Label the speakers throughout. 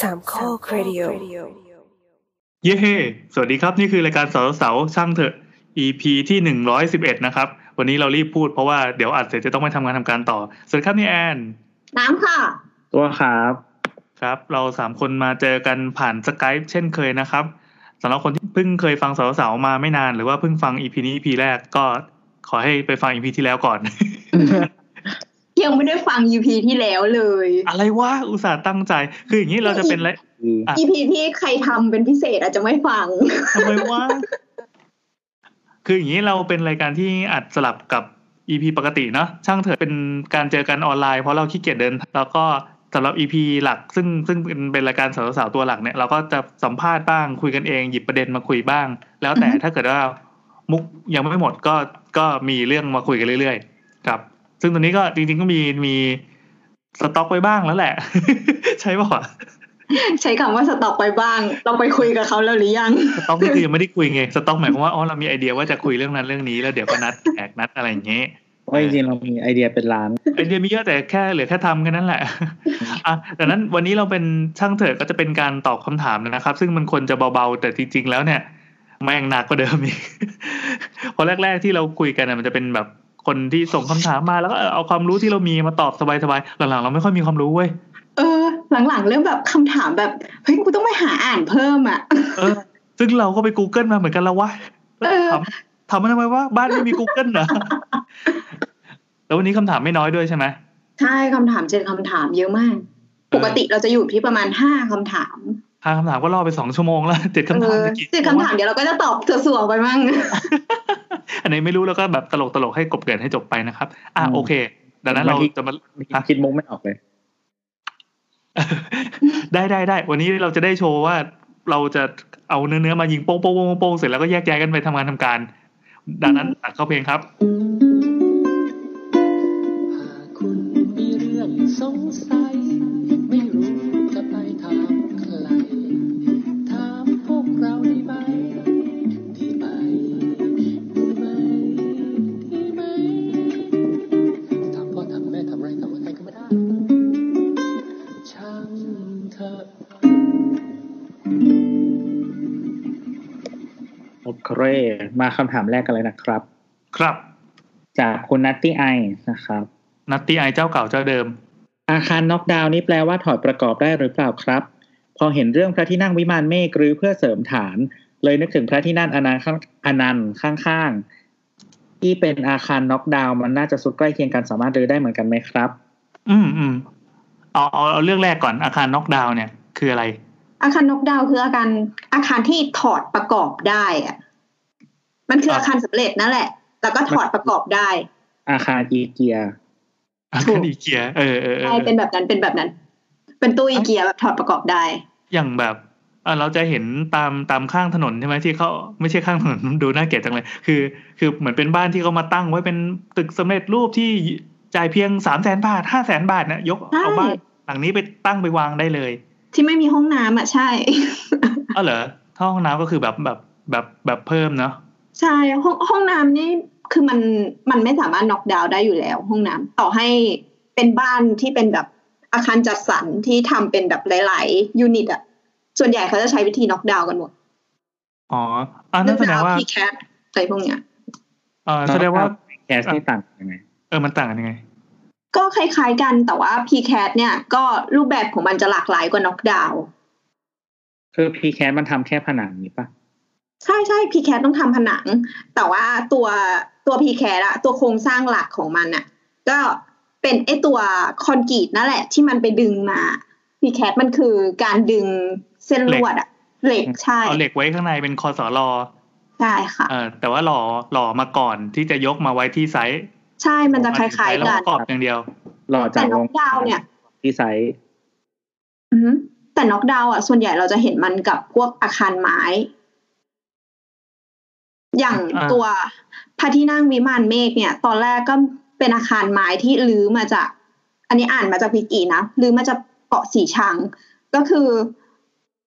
Speaker 1: สามข้อครดิโอ
Speaker 2: เย้เฮ้สวัสดีครับ นี่คือรายการเสาเสาๆช่างเถอะ EP ที่หนึ่งร้อยสิบเอ็ดนะครับ วันนี้เรารีบพูดเพราะว่าเดี๋ยวอัดเสร็จจะต้องไปทำงานทำการต่อ สวัสดีครับนี่แอน
Speaker 3: น้ำค่ะ
Speaker 4: ตัวครับ
Speaker 2: ครับ เราสามคนมาเจอกันผ่านสกายเช่นเคยนะครับสำหรับคนที่เพิ่งเคยฟังเสาเสาๆมาไม่นานหรือว่าเพิ่งฟัง EP นี้ EP แรกก็ขอให้ไปฟัง EP ที่แล้วก่อน
Speaker 3: ยังไม่ได้ฟัง EP ที่แล้วเลย
Speaker 2: อะไรวะอุตส่าห์ตั้งใจ คืออย่างนี้เราจะเป็นไร
Speaker 4: อืม
Speaker 2: อ่ะ
Speaker 3: EP ที่ใครทำเป็นพิเศษอาจจะไม่ฟัง
Speaker 2: ทำไมวะ คืออย่างนี้เราเป็นรายการที่อัดสลับกับ EP ปกติเนาะช่างเถอะเป็นการเจอกันออนไลน์เพราะเราขี้เกียจเดิน แล้วก็สำหรับ EP หลัก ซึ่งซึ่งเป็นเป็นรายการสาวๆตัวหลักเนี่ยเราก็จะสัมภาษณ์บ้างคุยกันเองหยิบประเด็นมาคุยบ้าง แล้วแต่
Speaker 3: อือฮึ
Speaker 2: ถ้าเกิดว่ามุกยังไม่หมดก็ก็มีเรื่องมาคุยกันเรื่อยๆ ครับ ซึ่งตอนนี้ก็จริงๆก็มีมีสต็อกไว้บ้างแล้วแหละ ใช่ป่ะวะ
Speaker 3: ใช้คำว่าสต็อกไปบ้าง เราไปคุยกับเขาแล้วหรือยัง
Speaker 2: สต็อกนี่คือยังไม่ได้คุยไงสต็อกหมายความว่าอ๋อเรามีไอเดียว่าจะคุยเรื่องนั้นเรื่องนี้แล้วเดี๋ยวก็นัดแขกนัดอะไรอย่างเงี้ย
Speaker 4: เพราะจริงๆเรามีไอเดียเป็นร้าน
Speaker 2: ไอเดียมีเยอะแต่แค่เหลือแค่ทำแค่นั้นแหละ อ่ะดังนั้นวันนี้เราเป็นช่างเถอะก็จะเป็นการตอบคำถามนะครับ ซึ่งมันควรจะเบาๆ แต่จริงๆแล้วเนี่ยแม่งหนักกว่าเดิมอีก เพราะแรก ๆที่เราคุยกันน่ะมันจะเป็นแบบคนที่ส่งคำถามมาแล้วก็เอาความรู้ที่เรามีมาตอบสบายๆหลังๆเราไม่ค่อยมีความรู้เว้ย
Speaker 3: เออ หลังๆ เริ่มแบบคำถามแบบ เฮ้ย กูต้องไปหาอ่านเพิ่มอ่ะ
Speaker 2: เออซึ่งเราก็ไป Google มาเหมือนกันแล้ววะ
Speaker 3: เออ
Speaker 2: ถามถามมาทำไมว่าบ้านไม่มี Google เหรอ แล้ววันนี้คำถามไม่น้อยด้วยใช่ไหม
Speaker 3: ใช่คำถามเจ็ดคำถามเยอะมาก ปกติเราจะอยู่ที่ประมาณห้าคำถาม
Speaker 2: ทางคำถามก็รอไปสองชั่วโมงแล้วเจ็ดคำถาม
Speaker 3: เออ
Speaker 2: จะกี่
Speaker 3: เจ็ดคำถามเดี๋ยวเราก็จะตอบสัวๆไปมั่ง
Speaker 2: อันไหนี้ไม่รู้แล้วก็แบบตลกตลกๆให้กบเกรินให้จบไปนะครับ อ่ะโอเค ดังนั้นเราจะมา
Speaker 4: คิดมุกไม่ออกเลย
Speaker 2: ได้ได้ได้ วันนี้เราจะได้โชว์ว่าเราจะเอาเนื้อเนื้อๆมายิงโป้งโป้งโป้งโป้งเสร็จแล้วก็แยกย้ายกันไปทำงานทำการ ดังนั้นตัดเข้าเพลงครับ
Speaker 5: หากคุณมีเรื่องสงสัย ไม่รู้จะไปถามใคร ถามพวกเราได้ไหมดีไหมดีไหมดีไหมถามพ่อถามแม่ถามไรถามว่าใครก็ไม่ได้ ช่างเถอะ
Speaker 4: โอเค มาคำถามแรกกันเลยนะครับ
Speaker 2: ครับ
Speaker 4: จากคุณนัตตี้ไอนะครับ
Speaker 2: นัตตี้ไอเจ้าเก่าเจ้าเดิม
Speaker 4: อาคารน็อกดาวน์นี้แปลว่าถอดประกอบได้หรือเปล่าครับ พอเห็นเรื่องพระที่นั่งวิมานเมฆรื้อเพื่อเสริมฐาน เลยนึกถึงพระที่นั่งอนันต์ข้างอนันต์ข้างๆ ที่เป็นอาคารน็อกดาวน์มันน่าจะสุดใกล้เคียงกันสามารถรื้อได้เหมือนกันไหมครับ
Speaker 2: อืมอืมเอาเอาเอาเรื่องแรกก่อนอาคารน็อกดาวน์เนี่ยคืออะไร
Speaker 3: อาคารนกดาวคืออาคารอาคารที่ถอดประกอบได้อะมันคือ
Speaker 2: ครับ
Speaker 3: อาคารสำเร็จนั่นแหละ แล้วก็ถอดประกอบได้
Speaker 4: อาคารอีเกีย
Speaker 2: อา
Speaker 3: ถู
Speaker 2: คาร
Speaker 3: ก
Speaker 2: อีเกียเออเออเออ
Speaker 3: ใช่เป็นแบบนั้นเป็นแบบนั้น เป็นตู้อีเกียแบบถอดประกอบได้
Speaker 2: อย่างแบบเอ่อเราจะเห็นตามตามข้างถนนใช่ไหมที่เขาไม่ใช่ข้างถน น ดูน่าเกลียดจังเลย คือ คือเหมือนเป็นบ้านที่เขามาตั้งไว้เป็นตึกสำเร็จรูปที่จ่ายเพียงสามแสนบาทห้าแสนบาทเนี่ยยก
Speaker 3: ใช่
Speaker 2: เอาบ้านหลังนี้ไปตั้งไปวางได้เลย
Speaker 3: ที่ไม่มีห้องน้ำอ่ะใช่
Speaker 2: เออเหรอถ้าห้องน้ำก็คือแบบแบบแบบแบบเพิ่มเนาะ
Speaker 3: ใช่ห้องห้องน้ำนี่คือมันมันไม่สามารถน็อกดาวน์ได้อยู่แล้ว ห้องน้ำต่อให้เป็นบ้านที่เป็นแบบอาคารจัดสรรที่ทำเป็นแบบหลาย ๆ ยูนิตอ่ะส่วนใหญ่เขาจะใช้วิธีน็อกดาวน์กันหมด
Speaker 2: อ๋ออ่ะนั่นแสดงว่า
Speaker 3: พีแคทอะไรพวกเนี้ย
Speaker 2: เออแสดงว่า
Speaker 4: แคสนี่ต่างกันยังไง
Speaker 2: เออมันต่างกันยังไง
Speaker 3: ก็คล้ายๆกันแต่ว่า PCAT เนี่ยก็รูปแบบของมันจะหลากหลายกว่าน็อกดาว
Speaker 4: คือพีแคสมันทำแค่ผนังนี้ปะ
Speaker 3: ใช่ใช่ PCAT ต้องทำผนัง แต่ว่าตัวตัว PCAT อะตัวโครงสร้างหลักของมันอะก็เป็นไอตัวคอนกรีตนั่นแหละ ที่มันไปดึงมา PCAT มันคือการดึงเส้นลวดอะเหล็กใช่
Speaker 2: เอาเหล็กไว้ข้างในเป็นคอสอรอ
Speaker 3: ใช่ค่ะ
Speaker 2: เออแต่ว่าหล่อหล่อมาก่อนที่จะยกมาไว้ที่ไซต์
Speaker 3: ใช่มันจะคล้าย ๆ
Speaker 2: แล้ว
Speaker 3: กัน
Speaker 2: ประกอบอย่างเดียว
Speaker 4: หล่อจาก
Speaker 3: แต่
Speaker 4: โร
Speaker 3: น็อง กดาวน์เนี่ย
Speaker 4: ที่ไซต์
Speaker 3: อือฮึแต่น็อกดาวน์อ่ะส่วนใหญ่เราจะเห็นมันกับพวกอาคารไม้ อย่าง
Speaker 2: อ่า
Speaker 3: ตัวพระที่นั่งวิมานเมฆเนี่ย ตอนแรกก็เป็นอาคารไม้ที่ลื้อมาจาก อันนี้อ่านมาจากพิกีนะลื้อมาจากเกาะสีชัง ก็คือ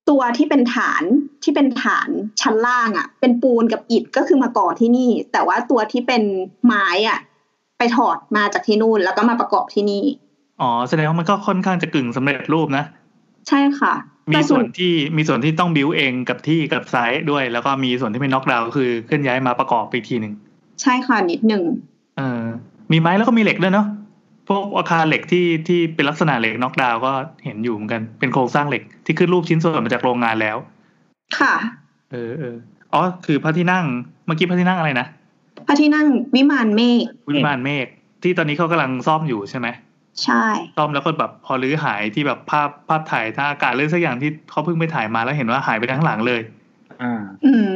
Speaker 3: ตัวที่เป็นฐานที่เป็นฐานชั้นล่างอ่ะ เป็นปูนกับอิฐก็คือมาก่อที่นี่ แต่ว่าตัวที่เป็นไม้อ่ะ ไปถอดมาจากที่นู่น แล้วก็มาประกอบที่นี่
Speaker 2: อ๋อแสดงว่ามันก็ค่อนข้างจะกึ่งสำเร็จรูปนะ
Speaker 3: ใช่ค่ะ
Speaker 2: มีส่วนที่มีส่วนที่ต้องบิวเองกับที่กับไซส์ด้วย แล้วก็มีส่วนที่เป็นน็อกดาวน์ก็คือเคลื่อนย้ายมาประกอบไปอีกทีหนึ่ง
Speaker 3: ใช่ค่ะนิดหนึ่ง
Speaker 2: เออ มีไม้แล้วก็มีเหล็กด้วยเนาะพวกอาคารเหล็กที่ที่เป็นลักษณะเหล็กน็อกดาวน์ก็เห็นอยู่เหมือนกันเป็นโครงสร้างเหล็กที่ขึ้นรูปชิ้นส่วนมาจากโรงงานแล้ว
Speaker 3: ค่ะ
Speaker 2: เออเอออ๋อคือพระที่นั่งเมื่อกี้พระที่นั่งอะไรนะ
Speaker 3: พระที่นั่งวิมานเมฆ
Speaker 2: วิมานเมฆที่ตอนนี้เขากำลังซ่อมอยู่ใช่ไหม
Speaker 3: ใช่
Speaker 2: ซ่อมแล้วก็แบบพอรื้อหายที่แบบภาพภาพถ่ายท่างอากาศเรื่องสักอย่างที่เขาเพิ่งไปถ่ายมาแล้วเห็นว่าหายไปทั้งหลังเลย
Speaker 4: อ่า
Speaker 3: อืม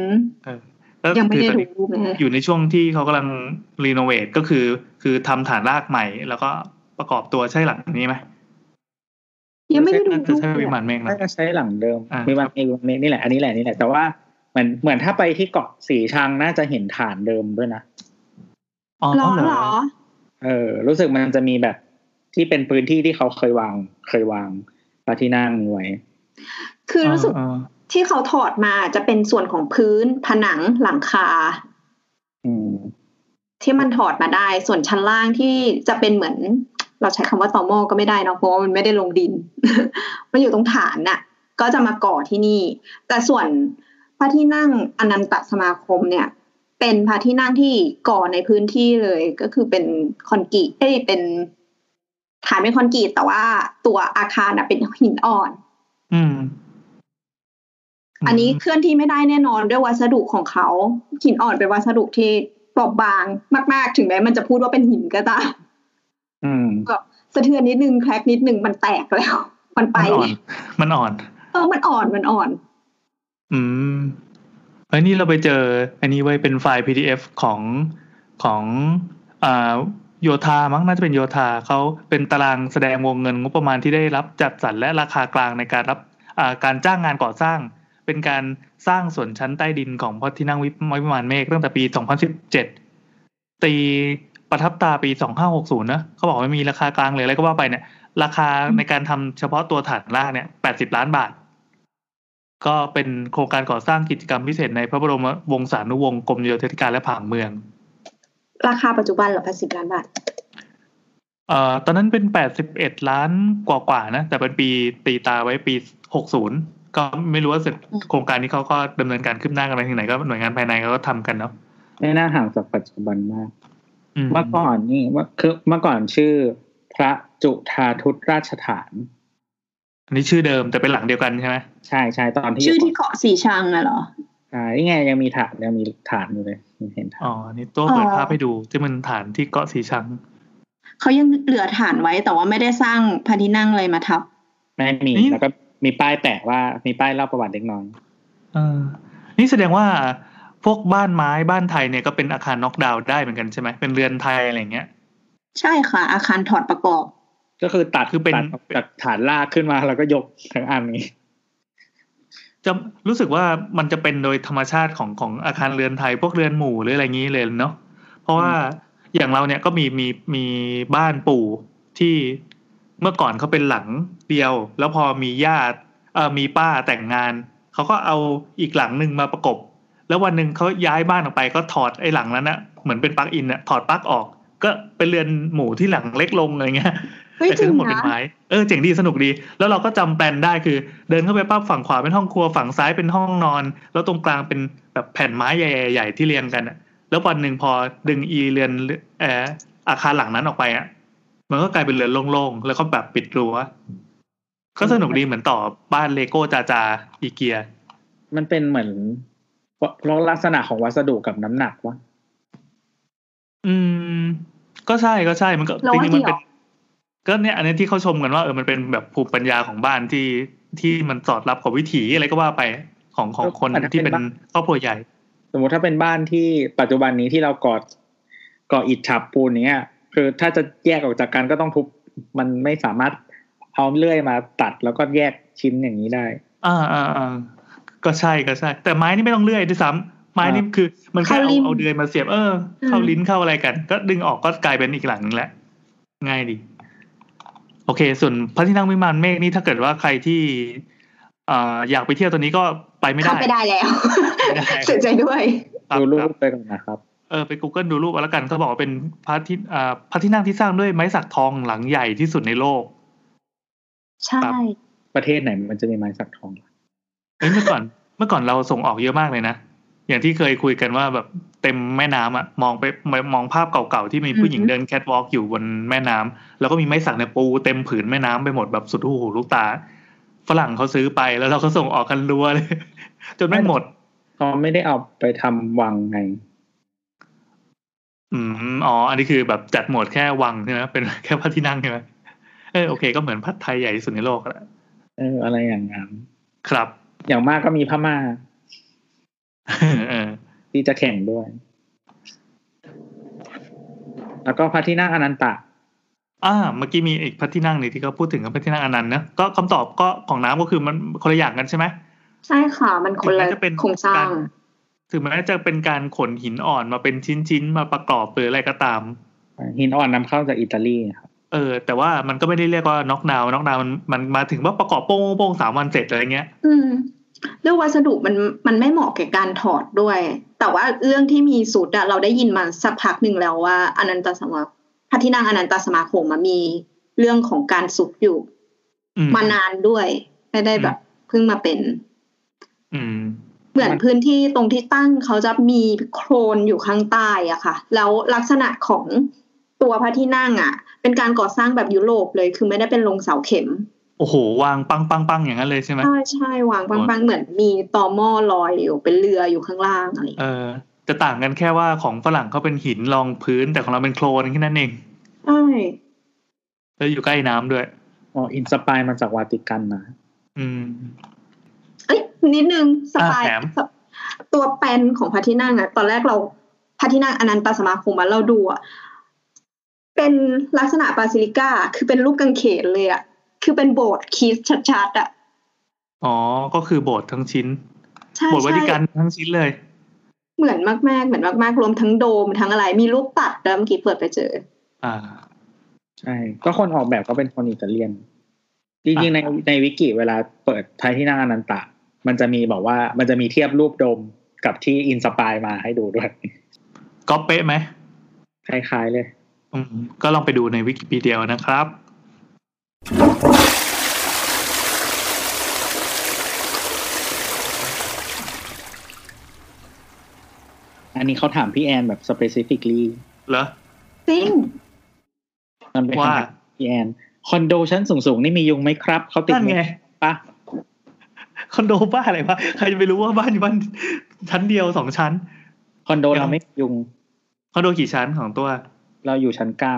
Speaker 2: ก็
Speaker 3: ยังไม่
Speaker 2: คือตอน
Speaker 3: ได้ดู
Speaker 2: นี้
Speaker 3: รูปเลย
Speaker 2: อยู่ในช่วงที่เขากำลังรีโนเวทก็คือ คือทำฐานรากใหม่ แล้วก็ประกอบตัวใช่หลังนี้ไหม
Speaker 3: ยังไม่ได้ดู
Speaker 2: น่า
Speaker 3: รู
Speaker 2: จะ
Speaker 3: ป
Speaker 2: ใช่
Speaker 3: เล
Speaker 2: วิ
Speaker 3: ย
Speaker 2: มานเมฆนะ
Speaker 4: น่าจะใช้หลังเดิม
Speaker 2: อ่า
Speaker 4: มีบางเอวนี่นี่แหละ อันนี้แหละนี่แหละ แต่ว่าเหมือนเหมือนถ้าไปที่เกาะสีชังน่าจะเห็นฐานเดิมด้วยนะ
Speaker 2: อ๋อ
Speaker 3: หรอ
Speaker 2: เหร
Speaker 3: หร
Speaker 2: อ
Speaker 3: อ
Speaker 4: เออ รู้สึกมันจะมีแบบที่เป็นพื้นที่ที่เขาเคยวาง เคยวางพระที่นั่งไว้
Speaker 3: คือรู้สึก
Speaker 2: เออ
Speaker 3: ที่เขาถอดมาจะเป็นส่วนของพื้นผนังหลังคา
Speaker 4: อืม
Speaker 3: ที่มันถอดมาได้ ส่วนชั้นล่างที่จะเป็นเหมือน เราใช้คำว่าตอมอก็ไม่ได้เนาะเพราะว่ามันไม่ได้ลงดิน มันอยู่ตรงฐานน่ะ ก็จะมาก่อที่นี่ แต่ส่วนพระที่นั่งอนันตสมาคมเนี่ย เป็นพระที่นั่งที่ก่อในพื้นที่เลย ก็คือเป็นคอนกรีตเอ้ยเป็นฐานเป็นคอนกรีตแต่ว่าตัวอาคารน่ะเป็นหินอ่อน
Speaker 2: อืม
Speaker 3: อันนี้เคลื่อนที่ไม่ได้แน่นอนด้วยวัสดุของเขาหินอ่อนเป็นวัสดุที่เปราะบางมาก ๆ ถึงแม้มันจะพูดว่าเป็นหินก็ตาม
Speaker 4: อืม
Speaker 3: สะเทือนนิดนึงแครกนิดนึงมันแตกแล้ว มันไป
Speaker 2: มันอ่อน มันอ่อน
Speaker 3: เออมันอ่อนมันอ่อน
Speaker 2: อืมเอ้ยนี่เราไปเจอ อันนี้ไว้ยเป็นไฟล์ PDF ของของอ่าโยธามั้งน่าจะเป็นโยธาเขาเป็นตารางแสดงวงเงินงบประมาณที่ได้รับจัดสรรและราคากลางในการรับอ่าการจ้างงานก่อสร้าง เป็นการสร้างส่วนชั้นใต้ดินของพระที่นั่งวิวิมานเมฆตั้งแต่ปี 2017 ตีประทับตาปี 2560นะเขาบอกว่ามีราคากลางเลยอะไรก็ว่าไปเนี่ย ราคาในการทำเฉพาะตัวฐานรากเนี่ย 80 ล้านบาท ก็เป็นโครงการก่อสร้างกิจกรรมพิเศษในพระบรมวงศานุวงศ์กรมโยธาธิการและผังเมือง
Speaker 3: ราคาปัจจุบันเหรอภาษีการบาท
Speaker 2: เอ่อตอนนั้นเป็น 81 ล้านกว่าๆนะ แต่เป็นปีตีตาไว้ปี 60 ก็ไม่รู้ว่าเสร็จโครงการนี้เขาก็ดำเนินการขึ้นหน้ากันไปถึงไหนก็หน่วยงานภายในเขาก็ทำกันเนาะ
Speaker 4: ไม่น่าห่างจากปัจจุบันมาก
Speaker 2: อืม
Speaker 4: เมื่อก่อนนี่ว่าคือเมื่อก่อนชื่อ พระจุธาทุตราชฐาน
Speaker 2: อันนี้ชื่อเดิมแต่เป็นหลังเดียวกันใช่ไหม
Speaker 4: ใช่ใช่ตอนที่
Speaker 3: ชื่อที่เกาะสีชังน่ะเหรอ
Speaker 4: ใช่นี่ไงยังมีฐานยังมีฐานอยู่เลยยังเห็นฐาน
Speaker 2: อ๋ออันนี่ตัวเปิดภาพให้ดูที่มันฐานที่เกาะสีชัง
Speaker 3: เขายังเหลือฐานไว้แต่ว่าไม่ได้สร้างพระที่นั่งเลยมาทับ
Speaker 4: ไม่มี
Speaker 2: นี่
Speaker 4: แล้วก็มีป้ายแปะว่ามีป้ายเล่าประวัติเล็กน้อย
Speaker 2: เออนี่แสดงว่าพวกบ้านไม้บ้านไทยเนี่ยก็เป็นอาคารน็อกดาวน์ได้เหมือนกันใช่ไหมเป็นเรือนไทยอะไรอย่างเงี้ย
Speaker 3: ใช่ค่ะ อาคารถอดประกอบ
Speaker 4: ก็คือตัด
Speaker 2: คือเป็น
Speaker 4: ตัดออกจากฐานลากขึ้นมาแล้วก็ยกทั้งอันนี้
Speaker 2: จะรู้สึกว่ามันจะเป็นโดยธรรมชาติของของอาคารเรือนไทย พวกเรือนหมู่หรืออะไรอย่างนี้เลยเนาะเพราะว่าอย่างเราเนี่ยก็มีมีมีบ้านปู่ที่เมื่อก่อนเขาเป็นหลังเดียว แล้วพอมีญาติเออมีป้าแต่งงานเขาก็เอาอีกหลังหนึ่งมาประกบ แล้ววันหนึ่งเขาย้ายบ้านออกไปก็ถอดไอ้หลังนั้นนะเหมือนเป็นปลั๊กอินอะถอดปลั๊กออก ก็เป็นเรือนหมู่ที่หลังเล็กลงอะไรเงี้ย
Speaker 3: เฮ้ย
Speaker 2: แต่
Speaker 3: จริ
Speaker 2: คือง ทั้งหมด
Speaker 3: นะ
Speaker 2: เป็นไม้ เออเจ๋งดีสนุกดี แล้วเราก็จำแปลนได้คือ เดินเข้าไปปั๊บฝั่งขวาเป็นห้องครัวฝั่งซ้ายเป็นห้องนอน แล้วตรงกลางเป็นแบบแผ่นไม้ใหญ่ๆที่เรียงกันอะแล้ววันหนึ่งพอดึงอีเรือนเอออาคารหลังนั้นออกไปอ่ะ มันก็กลายเป็นเรือนโล่งๆ แล้วก็แบบปิดรั้วก็สนุกดีเหมือนต่อบ้านเลโก้จาจาอีเกีย
Speaker 4: มันเป็นเหมือนเพราะลักษณะของวัสดุกับน้ำหนักวะ
Speaker 2: อืม ก็ใช่ก็ใช่มันก็
Speaker 3: เรา
Speaker 2: จ
Speaker 3: ว่า
Speaker 2: ริงๆมัน
Speaker 3: เกี่ย
Speaker 2: เป็
Speaker 3: วน
Speaker 2: ก็เนี่ยอันนี้ที่เขาชมกันว่าเออมันเป็นแบบภูมิปัญญาของบ้านที่ที่มันสอดรับกับวิถีอะไรก็ว่าไปของของคนที่เป็นครอบครัวใหญ่
Speaker 4: สมมติถ้าเป็นบ้านที่ปัจจุบันนี้ที่เราก่อก่ออิฐฉาบปูนอย่างเนี้ย คือถ้าจะแยกออกจากกันก็ต้องทุบมันไม่สามารถเอาเลื่อยมาตัดแล้วก็แยกชิ้นอย่างนี้ได้
Speaker 2: อ่าอ่าอ่าก็ใช่ก็ใช่ แต่ไม้นี่ไม่ต้องเลื่อยด้วยซ้ำไม้นี่คือ มันแค่
Speaker 3: เข้า
Speaker 2: เอา
Speaker 3: ลิ้น
Speaker 2: เอาเดือยมาเสียบเออเข้า
Speaker 3: อืม
Speaker 2: ลิ้นเข้าอะไรกัน ก็ดึงออกก็กลายเป็นอีกหลังนึงแหละง่ายดี โอเค ส่วนพระที่นั่งวิมานเมฆนี่ถ้าเกิดว่าใครที่อ่าอยากไปเที่ยวตัวนี้ก็ไปไม่ได้
Speaker 3: เข้าไปได้แล้ว
Speaker 2: ไม่ได้
Speaker 3: เสียใจด้วย
Speaker 2: ครับ
Speaker 4: ดูรู
Speaker 2: ค
Speaker 4: ป
Speaker 2: รับ
Speaker 4: ไปก่อนนะครับ
Speaker 2: เออไป Google ดูรูปเอาละกันเขาบอกว่าเป็นพระที่อ่าพระที่นั่งที่สร้างด้วยไม้สักทองหลังใหญ่ที่สุดในโลก
Speaker 3: ใช่
Speaker 2: ครับ
Speaker 4: ประเทศไหนมันจะมีไม้สักทอง
Speaker 2: เฮ้ยเมื่อก่อนเมื่อก่อนเราส่งออกเยอะมากเลยนะ อย่างที่เคยคุยกันว่าแบบเต็มแม่น้ำอะมองไปมองภาพเก่าๆที่มีผู้หญิง
Speaker 3: อือฮึ
Speaker 2: เดินแคทวอล์กอยู่บนแม่น้ำแล้วก็มีไม้สักในยปูเต็มผืนแม่น้ำไปหมดแบบสุดหูหูลูกตา ฝรั่งเขาซื้อไปแล้วเราก็ส่งออกกันรัวเลย จนไม่หมด
Speaker 4: เขาไม่ได้เอาไปทำวังไง
Speaker 2: อืมอ๋อ อันนี้คือแบบจัดหมวดแค่วังใช่ไหมเป็นแค่พระที่นั่งใช่ไหมเออโอเค ก็เหมือนพัดไทยใหญ่ที่สุดในโลกแหละ
Speaker 4: เออ อะไรอย่างนั้น
Speaker 2: ครับ
Speaker 4: อย่างมากก็มีพม่า
Speaker 2: เออ
Speaker 4: ที่จะแข่งด้วย แล้วก็พระที่นั่งอนันตะ
Speaker 2: อ่าเมื่อกี้มีอีกพระที่นั่งนี่ที่เขาพูดถึงกับพระที่นั่งอนันต์นะก็คำตอบก็ของน้ำก็คือมันคนละอย่างกันใช่ไหม
Speaker 3: ใช่ค่ะ มันคนละ
Speaker 2: ถึงแม้จะเป็น
Speaker 3: โครงสร้าก
Speaker 2: าง รถึงแม้จะเป็นการขนหินอ่อนมาเป็นชิ้นๆมาประกอบหรืออะไรก็ตาม
Speaker 4: หินอ่อนนำเข้าจากอิตาลีครับ
Speaker 2: เออ แต่ว่ามันก็ไม่ได้เรียกว่าน็อกดาวน็อกดาวมันมันมาถึงว่าประกอบโป้งโป้งสามวันเสร็จอะไรเงี้ย
Speaker 3: อืมเรื่องวัสดุมันมันไม่เหมาะแก่การถอดด้วย แต่ว่าเรื่องที่มีสูตรอะเราได้ยินมาสักพักหนึ่งแล้วว่าอนันตสมาพระที่นั่งอนันตสมาคมอะมีเรื่องของการสุกอยู่
Speaker 2: อืม
Speaker 3: มานานด้วยไม่ได้แบบเพิ่งมาเป็น
Speaker 2: อืม
Speaker 3: เหมือนพื้นที่ตรงที่ตั้งเขาจะมีโครนอยู่ข้างใต้อะค่ะ แล้วลักษณะของตัวพระที่นั่งอะเป็นการก่อสร้างแบบยุโรปเลย คือไม่ได้เป็นลงเสาเข็ม
Speaker 2: โอ้โห วางปังปังปังอย่างนั้นเลยใช่ไหม
Speaker 3: ใช่ใช่วางบางๆเหมือนมีตอหม้อลอยอยู่เป็นเรืออยู่ข้างล่างอะไรอย่าง
Speaker 2: เอ
Speaker 3: เงี้ย
Speaker 2: อจะต่างกันแค่ว่าของฝรั่งเขาเป็นหินรองพื้นแต่ของเราเป็นโคลนแค่นั้นเอง
Speaker 3: ใช่
Speaker 2: แล้วอยู่ใกล้น้ำด้วย
Speaker 4: อ๋ออินสปายมาจากวาติกันนะ
Speaker 2: อืม
Speaker 3: เอ้ยนิดนึงสไตล์
Speaker 2: อ่ะแถม
Speaker 3: ตัวแปลนของพระที่นั่งอะตอนแรกเราพระที่นั่งอนันตสมาคมอะเราดูอะเป็นลักษณะบาซิลิก้าคือเป็นรูปกังเขนเลยอะคือเป็นโบสถ์คริสต์ชัดๆอะ
Speaker 2: อ๋อ ก็คือโบสถ์ทั้งชิ้น
Speaker 3: ใช่
Speaker 2: โบสถ์วัติ
Speaker 3: ใช่
Speaker 2: กันทั้งชิ้นเลย
Speaker 3: เหมือนมากๆเหมือนมากๆรวมทั้งโดมทั้งอะไร มีรูปตัดแล้วเมื่อกี้เปิดไปเจอ
Speaker 2: อ่า
Speaker 4: ใช่ ก็คนออกแบบก็เป็นคนอิตาเลียน จริงๆในในวิกิเวลาเปิดท้ายที่นั่งอนันตะ มันจะมีบอกว่ามันจะมีเทียบรูปโดมกับที่อินสปายมาให้ดูด้วย
Speaker 2: ก็เป๊ะไหม
Speaker 4: คล้าย ๆ เลย
Speaker 2: อืมก็ลองไปดูในวิกิพีเดียนะครับ
Speaker 4: อันนี้เขาถามพี่แอนแบบ specifically
Speaker 2: เหรอ
Speaker 3: จริง
Speaker 4: มันเป็น
Speaker 2: ว่า
Speaker 4: คำถามพี่แอนคอนโดชั้นสูงๆ นี่มียุงไหมครับ เขาติด
Speaker 2: นั่น
Speaker 4: ไหม
Speaker 2: ไง
Speaker 4: ปะ
Speaker 2: คอนโดบ้าอะไรวะใครจะไปรู้ว่าบ้านอยู่บ้านชั้นเดียวสองชั้น
Speaker 4: คอนโด
Speaker 2: ยั
Speaker 4: เรา
Speaker 2: ง
Speaker 4: ไม่มียุง
Speaker 2: คอนโดกี่ชั้นของตัว
Speaker 4: เราอยู่ชั้นเก้า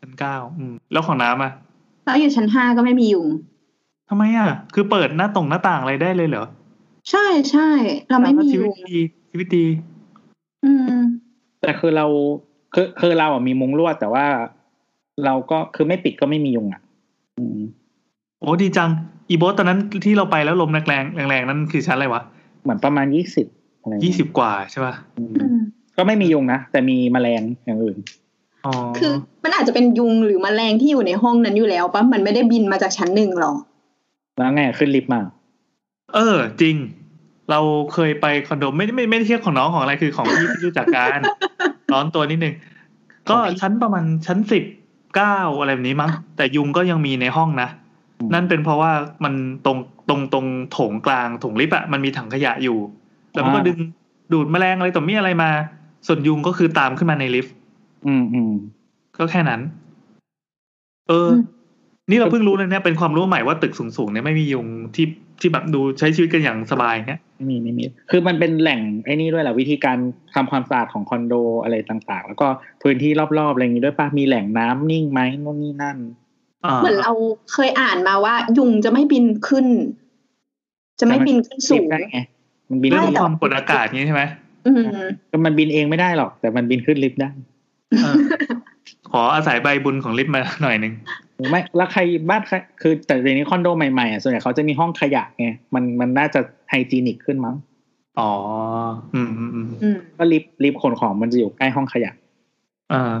Speaker 2: ชั้นเก้าอืม แล้วของน้ำอ่ะ
Speaker 3: แล้วอยู่ชั้นห้าก็ไม่มียุง
Speaker 2: ทำไมอ่ะ คือเปิดหน้าต่งหน้าต่างอะไรได้เลยเหรอ
Speaker 3: ใช่ใช่เราไม่มี
Speaker 2: ชีวิ
Speaker 3: ยุ
Speaker 2: ต
Speaker 3: ง
Speaker 2: ดีชีวิตดี
Speaker 3: อืม
Speaker 4: แต่คือเราคือคือเราอะมีมุ้งลวดแต่ว่า เราก็คือไม่ปิดก็ไม่มียุงอ่ะ อืม
Speaker 2: โอ้ดีจัง อีโบสตอนนั้นที่เราไปแล้วลมแรงแรงแรงๆนั่นคือชั้นอะไรวะ
Speaker 4: เหมือนประมาณยี่สิบอะไร
Speaker 2: ยี่สิบกว่าใช่ป่ะ
Speaker 4: อืม
Speaker 3: อืม
Speaker 4: ก็ไม่มียุงนะ แต่มีแมลงอย่างอื่น
Speaker 2: อ๋อ
Speaker 3: คือมันอาจจะเป็นยุงหรือแมลงที่อยู่ในห้องนั้นอยู่แล้วปะมันไม่ได้บินมาจากชั้นหนึ่งหรอก
Speaker 4: แล้วไงขึ้นลิฟต์มา
Speaker 2: เออ จริง เราเคยไปคอนโดไม่ไม่ไม่ได้เทียบของน้องของอะไรคือของพี่ที่รู้จักกัน ร้อนตัวนิดนึง ก็ชั้นประมาณชั้นสิบเก้าอะไรแบบนี้มั้ง แต่ยุงก็ยังมีในห้องนะ
Speaker 4: อืม
Speaker 2: นั่นเป็นเพราะว่ามันตรงตรงตรงโถงกลางโถงลิฟต์อะมันมีถังขยะอยู่ แล้วมันก็ดึงดูดแมลงอะไรต่อมีอะไรมา ส่วนยุงก็คือตามขึ้นมาในลิฟต์
Speaker 4: อืมอืม
Speaker 2: ก็แค่นั้น เอออ
Speaker 3: ม
Speaker 2: นี่เราเพิ่งรู้เลยเนี่ยเป็นความรู้ใหม่ว่าตึกสูงๆเนี่ยไม่มียุงที่ที่แบบดูใช้ชีวิตกันอย่างสบายเนี่ย
Speaker 4: ไม่มีไม่มี คือมันเป็นแหล่งไอ้นี่ด้วยแหละวิธีการทำความสะอาดของคอนโดอะไรต่างๆ แล้วก็พื้นที่รอบๆอะไรอย่างนี้ด้วยป่ะมีแหล่งน้ำนิ่งไหมนู่นนี่นั่น
Speaker 2: อ่า
Speaker 3: เหมือนเราเคยอ่านมาว่า ยุงจะไม่บินขึ้น จะไม่บินขึ้นสู
Speaker 4: ลิฟ
Speaker 3: ง
Speaker 4: ต์ได้ไงมันบิน
Speaker 2: เรื่อง
Speaker 4: ขึ้น
Speaker 3: ไแต่
Speaker 2: ความกดอากาศนี้ใช่ไหม
Speaker 3: อืม
Speaker 4: ก็มันบินเองไม่ได้หรอก แต่มันบินขึ้นลิฟต์ได้
Speaker 2: เออ ขออาศัยใบบุญของลิฟต์มาหน่อยหนึ่ง
Speaker 4: ไม่แล้วใครบ้านใครคือแต่เดี๋ยวนี้คอนโดใหม่ๆอ่ะส่วนใหญ่เขาจะมีห้องขยะไงมันมันน่าจะไฮจีนิกขึ้นมั้ง
Speaker 2: อ๋อ อืมอืมอืม
Speaker 3: อืม
Speaker 4: ก็ลิฟต์ลิฟต์ขนของมันจะอยู่ใกล้ห้องขยะ
Speaker 2: อ่า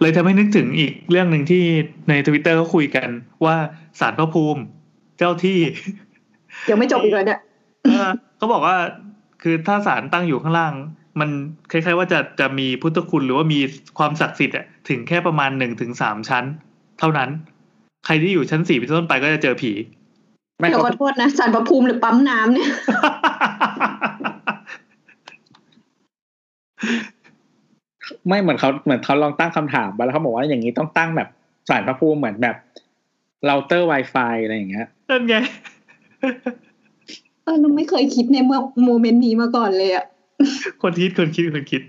Speaker 2: เลยทำให้นึกถึงอีกเรื่องหนึ่งที่ในทวิตเตอร์เขาคุยกันว่าสารพระภูมิ เจ้า ที่
Speaker 3: ยังไม่จบอีกเลยเนี่ย
Speaker 2: เออเขาบอกว่าคือถ้าศาลตั้งอยู่ข้างล่าง มันคล้ายๆว่าจะจะมีพุทธคุณหรือว่ามีความศักดิ์สิทธิ์อะถึงแค่ประมาณหนึ่งถึงสามชั้น เท่านั้น ใครที่อยู่ชั้นสี่เป็นต้นไปก็จะเจอผี
Speaker 4: ไม่
Speaker 3: เดี๋ยว
Speaker 4: เขา
Speaker 3: ขอโทษนะสารประภูมิหรือปั๊มน้ำเนี่ย
Speaker 4: ไม่เหมือนเขาเหมือนเขาลองตั้งคำถามไปแล้วเขาบอกว่าอย่างนี้ต้องตั้งแบบสารพระภูมิเหมือนแบบเราเตอร์ Wi-Fi อะไรอย่างเงี้ย
Speaker 2: นั่นไง
Speaker 3: เออเราไม่เคยคิดในเมื่อโมเมนต์นี้มาก่อนเลยอะ
Speaker 2: คนคิดคนคิดคนคิด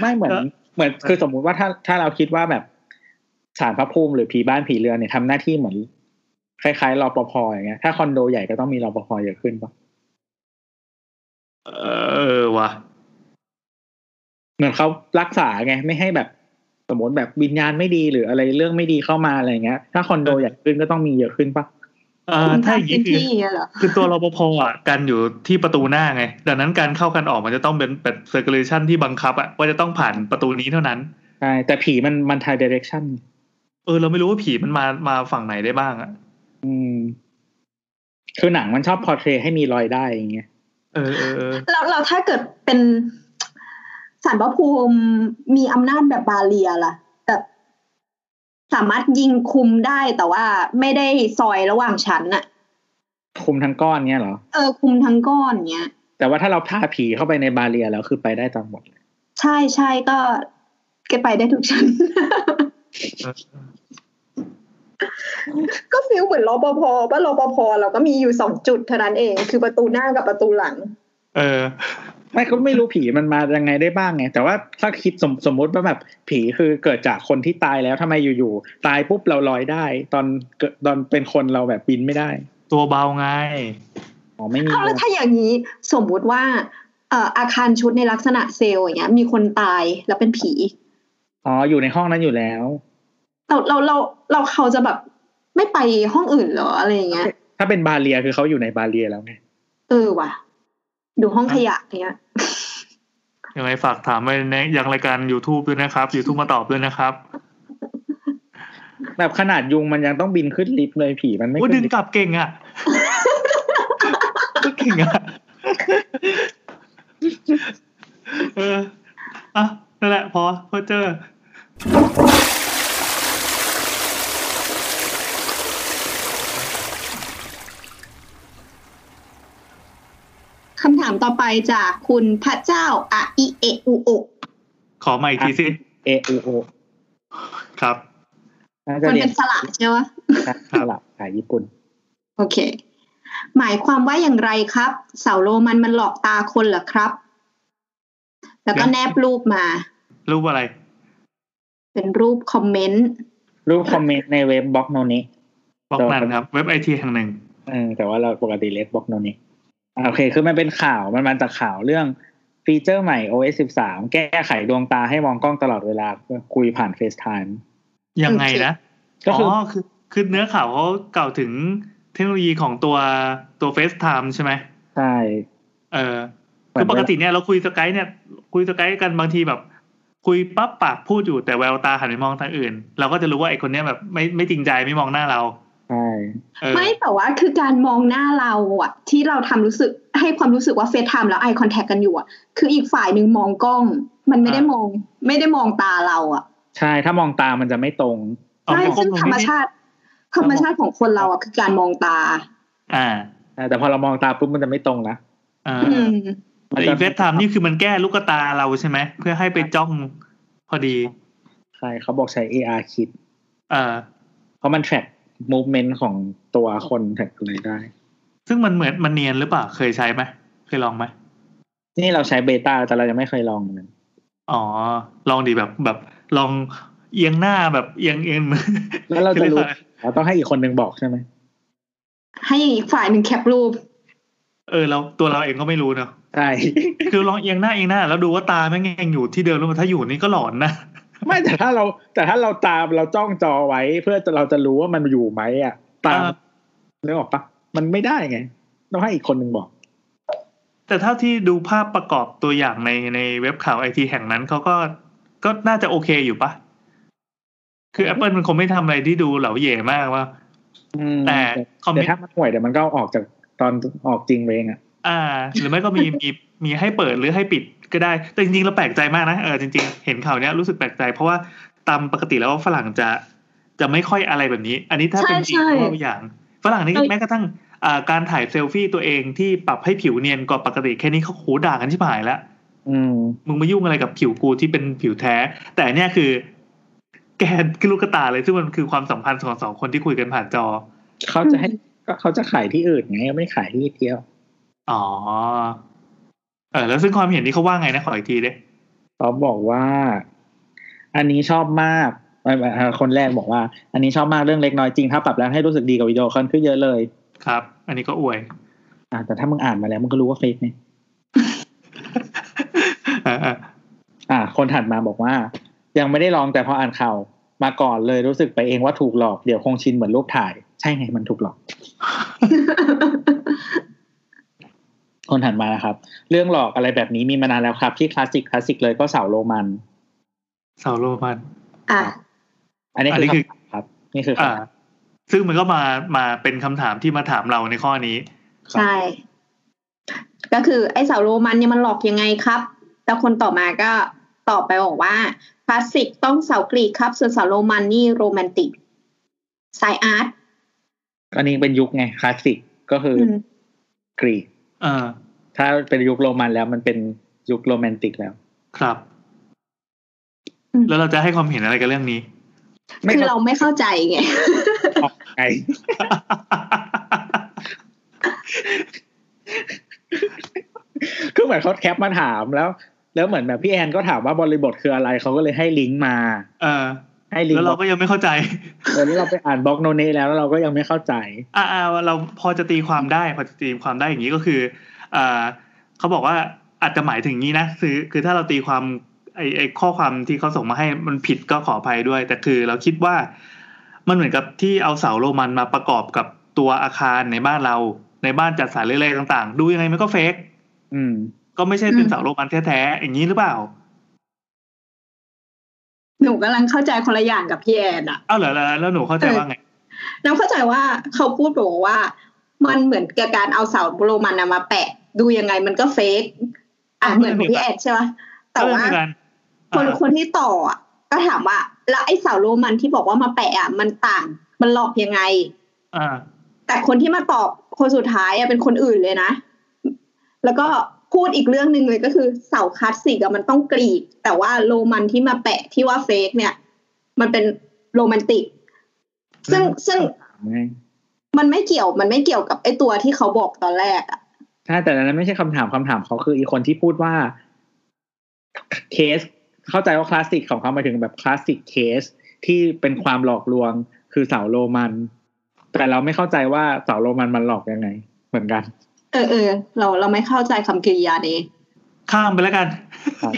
Speaker 4: ไม่เหมือน
Speaker 2: เออ
Speaker 4: เหมือนคือสมมุติว่าถ้าถ้าเราคิดว่าแบบสารพระภูมิหรือผีบ้านผีเรือนเนี่ยทำหน้าที่เหมือน คล้ายๆรปภอย่างเงี้ยถ้าคอนโดใหญ่ก็ต้องมีรปภเยอะขึ้นปะ
Speaker 2: เออว่ะ
Speaker 4: เหมือนเขารักษาไงไม่ให้แบบสมมติแบบวิญญาณไม่ดีหรืออะไรเรื่องไม่ดีเข้ามาอะไรอย่างเงี้ย ถ้าคอนโดใหญ่ขึ้นก็ต้องมีเยอะขึ้นปะ
Speaker 2: เออถ้าอย่าง
Speaker 3: คุ
Speaker 2: นี้คื
Speaker 3: ณ
Speaker 2: อ
Speaker 3: ทำพื้นที่อะเหรอ
Speaker 2: คือตัวรปภอ่ะกันอยู่ที่ประตูหน้าไง ดังนั้นการเข้ากันออกมันจะต้องเป็นแบบ circulation ที่บังคับอ่ะว่าจะต้องผ่านประตูนี้เท่านั้น
Speaker 4: ใช่แต่ผีมันมันทายเดเรคชั่น
Speaker 2: เออ เราไม่รู้ว่าผีมันมามาฝั่งไหนได้บ้างอ่ะ
Speaker 4: อืม คือหนังมันชอบพอเทรให้มีรอยได้อย่างเงี้ย
Speaker 2: เออเออเออ
Speaker 3: เราเราถ้าเกิดเป็นสารพระภูมิมีอำนาจแบบบาเลียล่ะแบบสามารถยิงคุมได้แต่ว่าไม่ได้ซอยระหว่างชั้นอะ
Speaker 4: คุมทั้งก้อนเงี้ยเหรอ
Speaker 3: เออคุมทั้งก้อนเงี้ย
Speaker 4: แต่ว่าถ้าเราพาผีเข้าไปในบาเรียแล้วคือไปได้ตามหมด
Speaker 3: ใช่ใช่ก็แกไปได้ทุกชั้น ก็ฟิลเหมือนรปภว่ารปภเราก็มีอยู่สองจุดเท่านั้นเอง คือประตูหน้ากับประตูหลัง
Speaker 2: เออ
Speaker 4: ไม่ก็ไม่รู้ผีมันมายังไงได้บ้างไง แต่ว่าถ้าคิดสมสมมติว่าแบบผีคือเกิดจากคนที่ตายแล้วทำไมอยู่ๆตายปุ๊บเราลอยได้ ตอนเกิดตอนเป็นคนเราแบบบินไม่ได้
Speaker 2: ตัวเบาไง
Speaker 4: อ๋อไม่มี
Speaker 3: เอาแล้วถ้าอย่างนี้สมมุติว่าเอ่ออาคารชุดในลักษณะเซลล์อย่างเงี้ย มีคนตายแล้วเป็นผี
Speaker 4: อ๋ออยู่ในห้องนั้นอยู่แล้ว
Speaker 3: เราเราเราเราเขาจะแบบไม่ไปห้องอื่นเหรออะไรอย่างเงี้ย
Speaker 4: ถ้าเป็นบาเรียคือเขาอยู่ในบาเรียแล้วไง
Speaker 3: เออว่ะ ดูห้องขยะเนี้ย
Speaker 2: ยังไงฝากถามไปในยังรายการ YouTube ด้วยนะครับ YouTube มาตอบด้วยนะครับ
Speaker 4: แบบขนาดยุงมันยังต้องบินขึ้นลิฟต์เลยผีมันไม่
Speaker 2: ว่า
Speaker 4: ขึ้
Speaker 2: ดึ
Speaker 4: น
Speaker 2: ง
Speaker 4: ลิฟต์
Speaker 2: กลับเก่งอ่ะ ก็เก่งอ่ะเอออ่ะนั่นแหละพอพอเจอ
Speaker 3: คำถามต่อไปจากคุณพระเจ้าอะอิเอะอุโอะ
Speaker 2: ขอใหม่อีกทีสิ
Speaker 4: เออโอ
Speaker 2: ครับ
Speaker 4: น่าจะ
Speaker 3: มัน
Speaker 4: เรีย
Speaker 3: เป็น นสระใช่ไหม
Speaker 4: สลับภาษาญี่ปุ่น
Speaker 3: โอเค หมายความว่าอย่างไรครับ เสาโรมันมันหลอกตาคนเหรอครับ แล้วก็
Speaker 2: นะ
Speaker 3: แนบรูปมา
Speaker 2: รูปอะไร
Speaker 3: เป็นรูปคอมเมนต์
Speaker 4: รูปคอมเมนต์ในเว็บบล็อกโนนิ
Speaker 2: บล็อกนันครับ เว็บไอทีแห่งหนึ่ง
Speaker 4: เออแต่ว่าเราปกติเลสบล็อกโนนี้อ่าโอเค คือมันเป็นข่าวมันมาจากข่าวเรื่องฟีเจอร์ใหม่ OS 13 แก้ไขดวงตาให้มองกล้องตลอดเวลาคุยผ่าน FaceTime
Speaker 2: ยังไงนะ
Speaker 4: ก็
Speaker 2: อ๋อคื
Speaker 4: คืออ
Speaker 2: อคือเนื้อข่าวเขากล่าวถึงเทคโนโลยีของตัวตัว FaceTime ใช่ไหม
Speaker 4: ใช่
Speaker 2: เออคือปกติเนี่ยเราคุยสกายเนี่ย คุยสกายกันบางทีแบบ คุยปั๊บปากพูดอยู่แต่แววตาหันไปมองทางอื่น เราก็จะรู้ว่าไอคนเนี้ยแบบไม่ไม่จริงใจไม่มองหน้าเรา
Speaker 4: ใช่
Speaker 2: เออ
Speaker 3: ไม่แต่ว่าคือการมองหน้าเราอะที่เราทำรู้สึกให้ความรู้สึกว่าเฟซไทม์แล้วไอคอนแทคกันอยู่อะคืออีกฝ่ายหนึ่งมองกล้อง มันไม่ได้มอง ไม่ได้มองตาเราอะ
Speaker 4: ใช่ ถ้ามองตามันจะไม่ตรง
Speaker 2: เอา
Speaker 3: ใช่
Speaker 2: ไปคบ
Speaker 3: ซึ่ง
Speaker 2: ตรง
Speaker 3: ธรรม
Speaker 2: นี้
Speaker 3: ชาติ ธรรมชาติของคนเราอะคือการมองตา
Speaker 2: อ่า
Speaker 4: แต่พอเรามองตาปุ๊บมันจะไม่ตรงนะ
Speaker 2: เออ
Speaker 3: อืม
Speaker 4: มั
Speaker 2: แต่อี
Speaker 4: จะ
Speaker 2: เฟซไทม์นี่คือมันแก้ลูกตาเราใช่ไหมเพื่อให้ไปจ้องพอดี
Speaker 4: ใช่เขาบอกใช้ AR คิด
Speaker 2: เออ
Speaker 4: เพราะมัน track movement ของตัวคนแท็กเลยได้
Speaker 2: ซึ่งมันเหมือนมันเนียนหรือเปล่าเคยใช้ไหมเคยลองไหม
Speaker 4: นี่เราใช้เบต้าแต่เรายังไม่เคยลองเลย
Speaker 2: อ๋อ ลองดีแบบแบบลองเอียงหน้าแบบเอียงเอียงมือ
Speaker 4: แล้วเราจะรู้
Speaker 2: ขยกอไ
Speaker 4: เราต้องให้อีกคนหนึ่งบอกใช่ไหม
Speaker 3: ให้อีกฝ่ายหนึ่งแคปรูป
Speaker 2: เออเราตัวเราเองก็ไม่รู้เนาะ
Speaker 4: ใช่
Speaker 2: คือลองเอียงหน้าเอียงหน้า แล้วดูว่าตาแม่งยังอยู่ที่เดิมหรือเปล่าถ้าอยู่นี่ก็หลอนนะ
Speaker 4: ไม่แต่ถ้าเราแต่ถ้าเราตามเราจ้องจอไว้ เพื่อจะเราจะรู้ว่ามันอยู่ไหมอ่ะ ตาม
Speaker 2: เออ
Speaker 4: นึกออกปะมันไม่ได้ไงต้องให้อีกคนหนึ่งบอก
Speaker 2: แต่เท่าที่ดูภาพประกอบตัวอย่างในในเว็บข่าวไอทีแห่งนั้นเขาก็ก็น่าจะโอเคอยู่ปะคือ Apple มันคงไม่ทำอะไรที่ดูเหลาเหย่มากว่า
Speaker 4: อืม
Speaker 2: แต่คอมเม
Speaker 4: เดี๋ย
Speaker 2: น
Speaker 4: วถ้า
Speaker 2: ต์
Speaker 4: มันห่วยเดี๋ยวมันก็ออกจากตอนออกจริงไปเองอ่ะ
Speaker 2: อ่า หรือไม่ก็มี มีมีให้เปิดหรือให้ปิดก็ได้ แต่จริงๆเราแปลกใจมากนะเออจริงๆเห็นข่าวเนี้ยรู้สึกแปลกใจเพราะว่าตามปกติแล้วฝรั่งจะจะไม่ค่อยอะไรแบบนี้ อันนี้ถ้าเป็น
Speaker 3: ใช่
Speaker 2: จีน
Speaker 3: ใช่
Speaker 2: ก็ว่าไปอย่าง ฝรั่งนี่
Speaker 3: เอ้ย
Speaker 2: แม้กระทั่งอ่าการถ่ายเซลฟี่ตัวเองที่ปรับให้ผิวเนียนกว่าปกติแค่นี้เขาโหด่ากันชิบหายแล้ว
Speaker 4: อืม
Speaker 2: มึงมายุ่งอะไรกับผิวกูที่เป็นผิวแท้ แต่เนี่ยคือ แกนคือลูกกระตาเลยซึ่งมันคือความสัมพันธ์ของสองคนที่คุยกันผ่านจอ
Speaker 4: เขาจะให้ก็เขาจะขายที่อื่นไงไม่ขายที่เดียว
Speaker 2: อ๋อ เออ แล้วซึ่งความเห็นที่เขาว่าไงนะขออีกทีเด้
Speaker 4: เขาบอกว่า อันนี้ชอบมากไม่ไม่คนแรกบอกว่า อันนี้ชอบมากเรื่องเล็กน้อยจริงถ้าปรับแล้วให้รู้สึกดีกับวิดีโอคอนขึ้นเยอะเลย
Speaker 2: ครับ อันนี้ก็ อวย
Speaker 4: อ่ะแต่ถ้ามึงอ่านมาแล้วมึงก็รู้ว่าเฟกไง
Speaker 2: อ่า
Speaker 4: อ่ะคนถัดมาบอกว่า ยังไม่ได้ลองแต่พออ่านข่าวมาก่อนเลยรู้สึกไปเองว่าถูกหลอกเดี๋ยวคงชินเหมือนรูปถ่าย ใช่ไงมันถูกหลอก คนถัดมานะครับ เรื่องหลอกอะไรแบบนี้มีมานานแล้วครับ ที่คลาสสิกคลาสสิกเลยก็เสาโรมัน
Speaker 2: ๆเสาโรมัน
Speaker 3: อ่ะ
Speaker 4: อันนี้
Speaker 2: อัน
Speaker 4: คื
Speaker 2: นี้
Speaker 4: อ
Speaker 2: คือ
Speaker 4: คำถามครับ นี่คือคำ
Speaker 2: อ่า
Speaker 4: ถาม
Speaker 2: ซึ่งมันก็มามาเป็นคำถามที่มาถามเราในข้อนี้
Speaker 3: ใช่ ก็คือไอ้เสาโรมันเนี่ยมันหลอกยังไงครับ แต่คนต่อมาก็ตอบไปบอกว่าคลาสสิกต้องเสากรีกครับ ส่วนเสาโรมันนี่โรแมนติกสายอาร์ต
Speaker 4: อันนี้เป็นยุคไงคลาสสิกก็คือ
Speaker 3: อื
Speaker 4: อ
Speaker 3: ม
Speaker 4: กรีก
Speaker 2: เออ
Speaker 4: ถ้าเป็นยุคโรมันแล้วมันเป็นยุคโรแมนติกแล้ว
Speaker 2: ครับ แล้วเราจะให้ความเห็นอะไรกับเรื่องนี้
Speaker 4: ไม่
Speaker 3: คือ
Speaker 4: เข้า
Speaker 3: เราไม่เข้าใจไง
Speaker 4: ใจ คือเหมือนเขาแคปมาถามแล้ว แล้วเหมือนแบบพี่แอนก็ถามว่าบริบทคืออะไรเขาก็เลยให้ลิงก์มา
Speaker 2: เออ
Speaker 4: ให้ลิง
Speaker 2: แล้ว
Speaker 4: ก์
Speaker 2: เราก็ยังไม่เข้าใจ
Speaker 4: เออแล้วเราไปอ่านบล็อกโนเนแล้วแล้วเราก็ยังไม่เข้าใจ
Speaker 2: อ่าอ่าเราพอจะตีความได้พอจะตีความได้อย่างนี้ก็คืออ่าเขาบอกว่าอาจจะหมายถึงนี้นะคือคือถ้าเราตีความไอไอข้อความที่เขาส่งมาให้มันผิดก็ขออภัยด้วย แต่คือเราคิดว่ามันเหมือนกับที่เอาเสาโรมันมาประกอบกับตัวอาคารในบ้านเราในบ้านจัดสรรเรื่อยๆต่างๆ ดูยังไงมันก็เฟก
Speaker 4: อืม
Speaker 2: ก็ไม่ใช่เป็นเสาโรมันแท้ๆอย่างนี้หรือเปล่า
Speaker 3: หนูกำลังเข้าใจคนละอย่างกับพี่แอนอะ
Speaker 2: เอ้าเหรอแล้วแล้วหนูเข้าใจว่าไง
Speaker 3: น้ำเข้าใจว่าเขาพูดบอกว่า มันเหมือนกับการเอาเสาโรมันน่ะมาแปะ ดูยังไงมันก็เฟกอ่ะ
Speaker 2: อ่ะ
Speaker 3: เหมือนของ
Speaker 2: มันมี
Speaker 3: พี่แอดใช่ปะแต่
Speaker 2: ก็เลย
Speaker 3: ว่า
Speaker 2: มีการ
Speaker 3: ค
Speaker 2: เอ่
Speaker 3: น
Speaker 2: อ
Speaker 3: คนที่ต่ออ่ะก็ถามว่า แล้วไอ้เสาโรมันที่บอกว่ามาแปะอ่ะมันต่าง มันหลอกยังไง
Speaker 2: อ่า
Speaker 3: แต่คนที่มาตอบคนสุดท้ายอ่ะเป็นคนอื่นเลยนะ แล้วก็พูดอีกเรื่องหนึ่งเลยก็คือเสาคลาสสิกอะมันต้องกรีก แต่ว่าโรมันที่มาแปะที่ว่าเฟกเนี่ย มันเป็นโรแมนติก ซึ่งซึ่ง มันไม่เกี่ยว มันไม่เกี่ยวกับไอ้ตัวที่เขาบอกตอนแรกอะ
Speaker 4: ใช่แต่อันนั้นไม่ใช่คำถามคำถามเขาคืออีกคนที่พูดว่าเคส เข้าใจว่าคลาสสิกของเขาหมายถึงแบบคลาสสิกเคสที่เป็นความหลอกลวงคือเสาโรมัน แต่เราไม่เข้าใจว่าเสาโรมันมันหลอกยังไง เหมือนกัน
Speaker 3: เออเออ เราเราไม่เข้าใจคำกริยานี้
Speaker 2: ข้ามไปแล้วกัน
Speaker 4: ครับ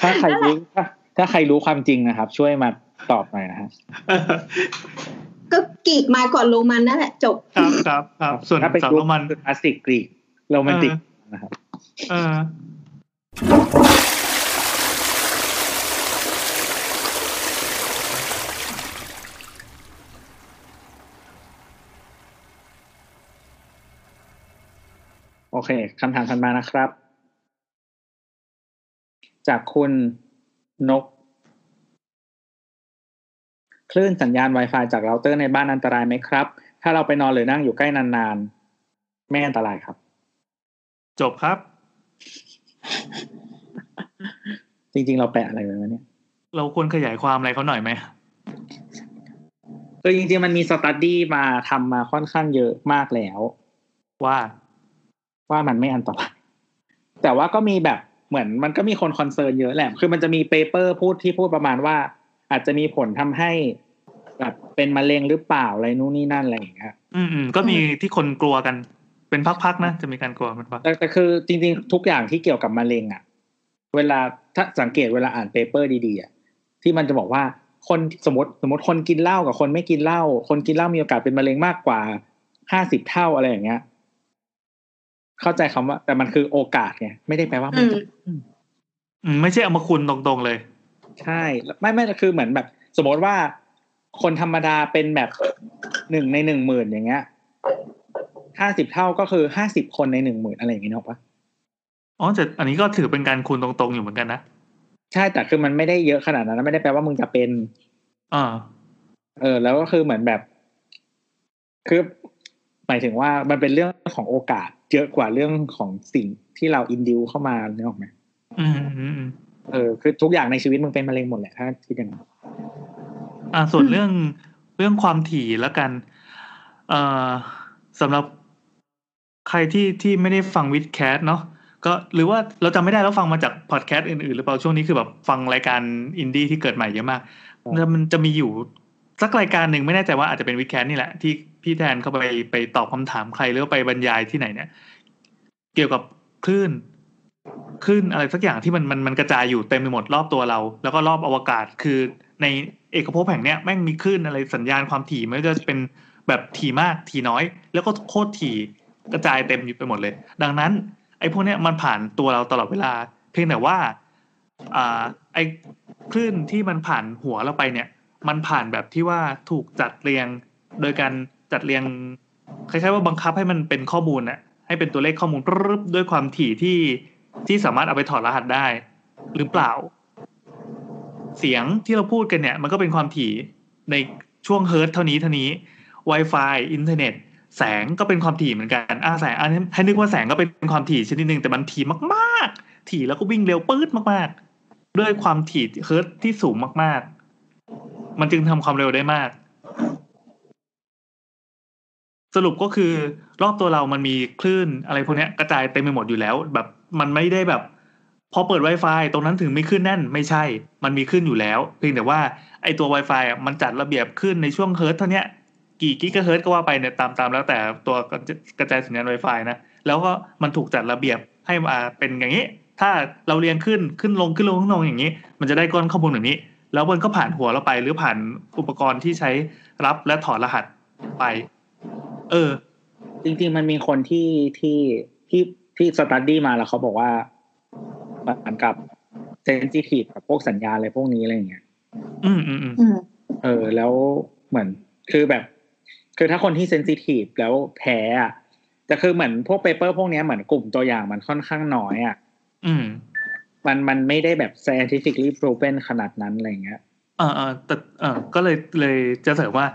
Speaker 4: ถ้าใครรู้ถ้าถ้าใครรู้ความจริงนะครับ ช่วยมาตอบหน่อยนะฮะ
Speaker 3: ก็กรีกมาก่อนโรมันนั่นแหละจบ
Speaker 2: ครับครับครับส่วน
Speaker 4: ถ้าเป็น
Speaker 2: เสา
Speaker 4: ยุ
Speaker 2: โร
Speaker 4: ค
Speaker 2: มัน
Speaker 4: คลาสสิกกรีกโรแมนติก
Speaker 2: เอ
Speaker 4: นะครับ
Speaker 2: เออ
Speaker 4: โอเคคำถามถัดมานะครับ จากคุณนก คลื่นสัญญาณ Wi-Fi จากเราเตอร์ในบ้านอันตรายไหมครับ ถ้าเราไปนอนหรือนั่งอยู่ใกล้นานๆ ไม่อันตรายครับ
Speaker 2: จบครับ
Speaker 4: จริง ๆ เราแปะอะไรไว้วะเนี่ย
Speaker 2: เราควรขยายความอะไรเขาหน่อยไหม
Speaker 4: คือจริง ๆ มันมีสตัดดี้มาทำมาค่อนข้างเยอะมากแล้ว
Speaker 2: ว่า
Speaker 4: ว่ามันไม่อันตราย แต่ว่าก็มีแบบเหมือนมันก็มีคนคอนเซิร์นเยอะแหละ คือมันจะมีเปเปอร์พูดที่พูดประมาณว่า อาจจะมีผลทำให้แบบเป็นมะเร็งหรือเปล่าอะไรนู่นนี่นั่นอะไรอย่างเงี้ย
Speaker 2: อืมอืมก็มีที่คนกลัวกัน เป็นพักๆนะ จะมีการกลัวเป็นพัก
Speaker 4: แต่แต่คือจริงๆ ทุกอย่างที่เกี่ยวกับมะเร็งอะเวลาถ้าสังเกตเวลาอ่านเปเปอร์ดีๆอะที่มันจะบอกว่าคนสมมติสมมติคนกินเหล้ากับคนไม่กินเหล้าคนกินเหล้ามีโอกาสเป็นมะเร็งมากกว่าห้าสิบเท่าอะไรอย่างเงี้ย เข้าใจคำว่า แต่มันคือโอกาสไงไม่ได้แปลว่ามั
Speaker 3: อืม
Speaker 4: นจะ
Speaker 2: อืมไม่ใช่เอามาคุณตรงๆเลย
Speaker 4: ใช่ไม่ไม่คือเหมือนแบบ สมมติว่าคนธรรมดาเป็นแบบหนึ่งในหนึ่งหมื่นอย่างเงี้ยห้าสิบเท่าก็คือห้าสิบคนในหนึ่งหมื่นอะไรอย่างเงี้ยหรอกปะ
Speaker 2: อ๋อแต่อันนี้ก็ถือเป็นการคูณตรงๆอยู่เหมือนกันนะ
Speaker 4: ใช่แต่คือมันไม่ได้เยอะขนาดนั้นนะไม่ได้แปลว่ามึงจะเป็น
Speaker 2: อ่า
Speaker 4: เออ แล้วก็คือเหมือนแบบ คือหมายถึงว่ามันเป็นเรื่องของโอกาสเยอะกว่าเรื่องของสิ่งที่เราอินดิวเข้ามาเนี่ยหรอกไหม
Speaker 2: อืมอืมอืม
Speaker 4: เออคือทุกอย่างในชีวิตมึงเป็นมะเร็งหมดแหละถ้าคิดอย่างนั้น
Speaker 2: อ่าส่วนเรื่องเรื่องความถี่แล้วกันเอ่อสำหรับใครที่ที่ไม่ได้ฟังวิดแคสเนาะก็หรือว่าเราจำไม่ได้แล้วฟังมาจากพอดแคสต์อื่นๆหรือเปล่าช่วงนี้คือแบบฟังรายการอินดี้ที่เกิดใหม่เยอะมาก แล้วมันจะมีอยู่สักรายการหนึ่งไม่แน่ใจว่าอาจจะเป็นวิดแคสนี่แหละ ที่พี่แทนเข้าไปไปตอบคำถามใครหรือว่าไปบรรยายที่ไหนเนี่ย เกี่ยวกับคลื่นคลื่นอะไรสักอย่างที่มันมันมันกระจายอยู่เต็มไปหมดรอบตัวเรา แล้วก็รอบอวกาศคือในเอกภพแห่งเนี้ยแม่งมีคลื่นอะไรสัญญาณความถี่ไม่ว่าจะเป็นแบบถี่มากถี่น้อย แล้วก็โคตรถี่กระจายเต็มอยู่ไปหมดเลย ดังนั้น ไอ้พวกเนี้ยมันผ่านตัวเราตลอดเวลา เพียงแต่ว่าอ่าไอ้คลื่นที่มันผ่านหัวเราไปเนี่ย มันผ่านแบบที่ว่าถูกจัดเรียง โดยการจัดเรียงคล้ายๆว่าบังคับให้มันเป็นข้อมูลน่ะให้เป็นตัวเลขข้อมูลปรึ๊บด้วยความถี่ที่ที่สามารถเอาไปถอดรหัสได้ หรือเปล่า เสียงที่เราพูดกันเนี่ย มันก็เป็นความถี่ในช่วงเฮิร์ตซ์เท่านี้เท่านี้ Wi-Fi อินเทอร์เน็ต แสงก็เป็นความถี่เหมือนกันอ่าแสงอันนี้ให้นึกว่าแสงก็เป็นความถี่ชนิดหนึ่งแต่มันถี่มากๆ ถี่แล้วก็วิ่งเร็วปื๊ดมากๆ ด้วยความถี่เฮิร์ตซ์ที่สูงมากๆ มันจึงทำความเร็วได้มาก สรุปก็คือรอบตัวเรามันมีคลื่นอะไรพวกเนี้ยกระจายเต็มไปหมดอยู่แล้ว แบบมันไม่ได้แบบ พอเปิด Wi-Fi ตรงนั้นถึงไม่ขึ้นแน่นไม่ใช่ มันมีขึ้นอยู่แล้ว เพียงแต่ว่าไอตัว Wi-Fi อ่ะมันจัดระเบียบขึ้นในช่วงเฮิร์ตซ์เท่าเนี้ย กี่กิกะเฮิร์ตซ์ก็ว่าไปเนี่ยตามตามแล้วแต่ตัวกระจายสัญญาณ Wi-Fi นะ แล้วก็มันถูกจัดระเบียบให้มาเป็นอย่างนี้ ถ้าเราเรียงขึ้นขึ้นลงขึ้นลงขึ้นลงอย่างนี้ มันจะได้ก้อนข้อมูลแบบนี้ แล้วมันก็ผ่านหัวเราไป หรือผ่านอุปกรณ์ที่ใช้รับและถอดรหัสไป เออ
Speaker 4: จริงๆมันมีคนที่ที่ที่ที่สตัดดี้มาแล้วเขาบอกว่าเหมือนกับเซนซิทีฟกับพวกสัญญาณอะไรพวกนี้อะไรอย่างเงี้ย
Speaker 2: อืมอืมอืม
Speaker 3: อืม
Speaker 4: เออแล้วเหมือนคือแบบ คือถ้าคนที่เซนซิทีฟแล้วแพ้อะแต่คือเหมือนพวกเปเปอร์พวกเนี้ยเหมือนกลุ่มตัวอย่างมันค่อนข้างน้อยอ่ะ
Speaker 2: อืม
Speaker 4: มันมันไม่ได้แบบ scientifically proven ขนาดนั้นอะไรเงี้ย
Speaker 2: เออเออแต่เออก็เลยเลยจะเสริมว่า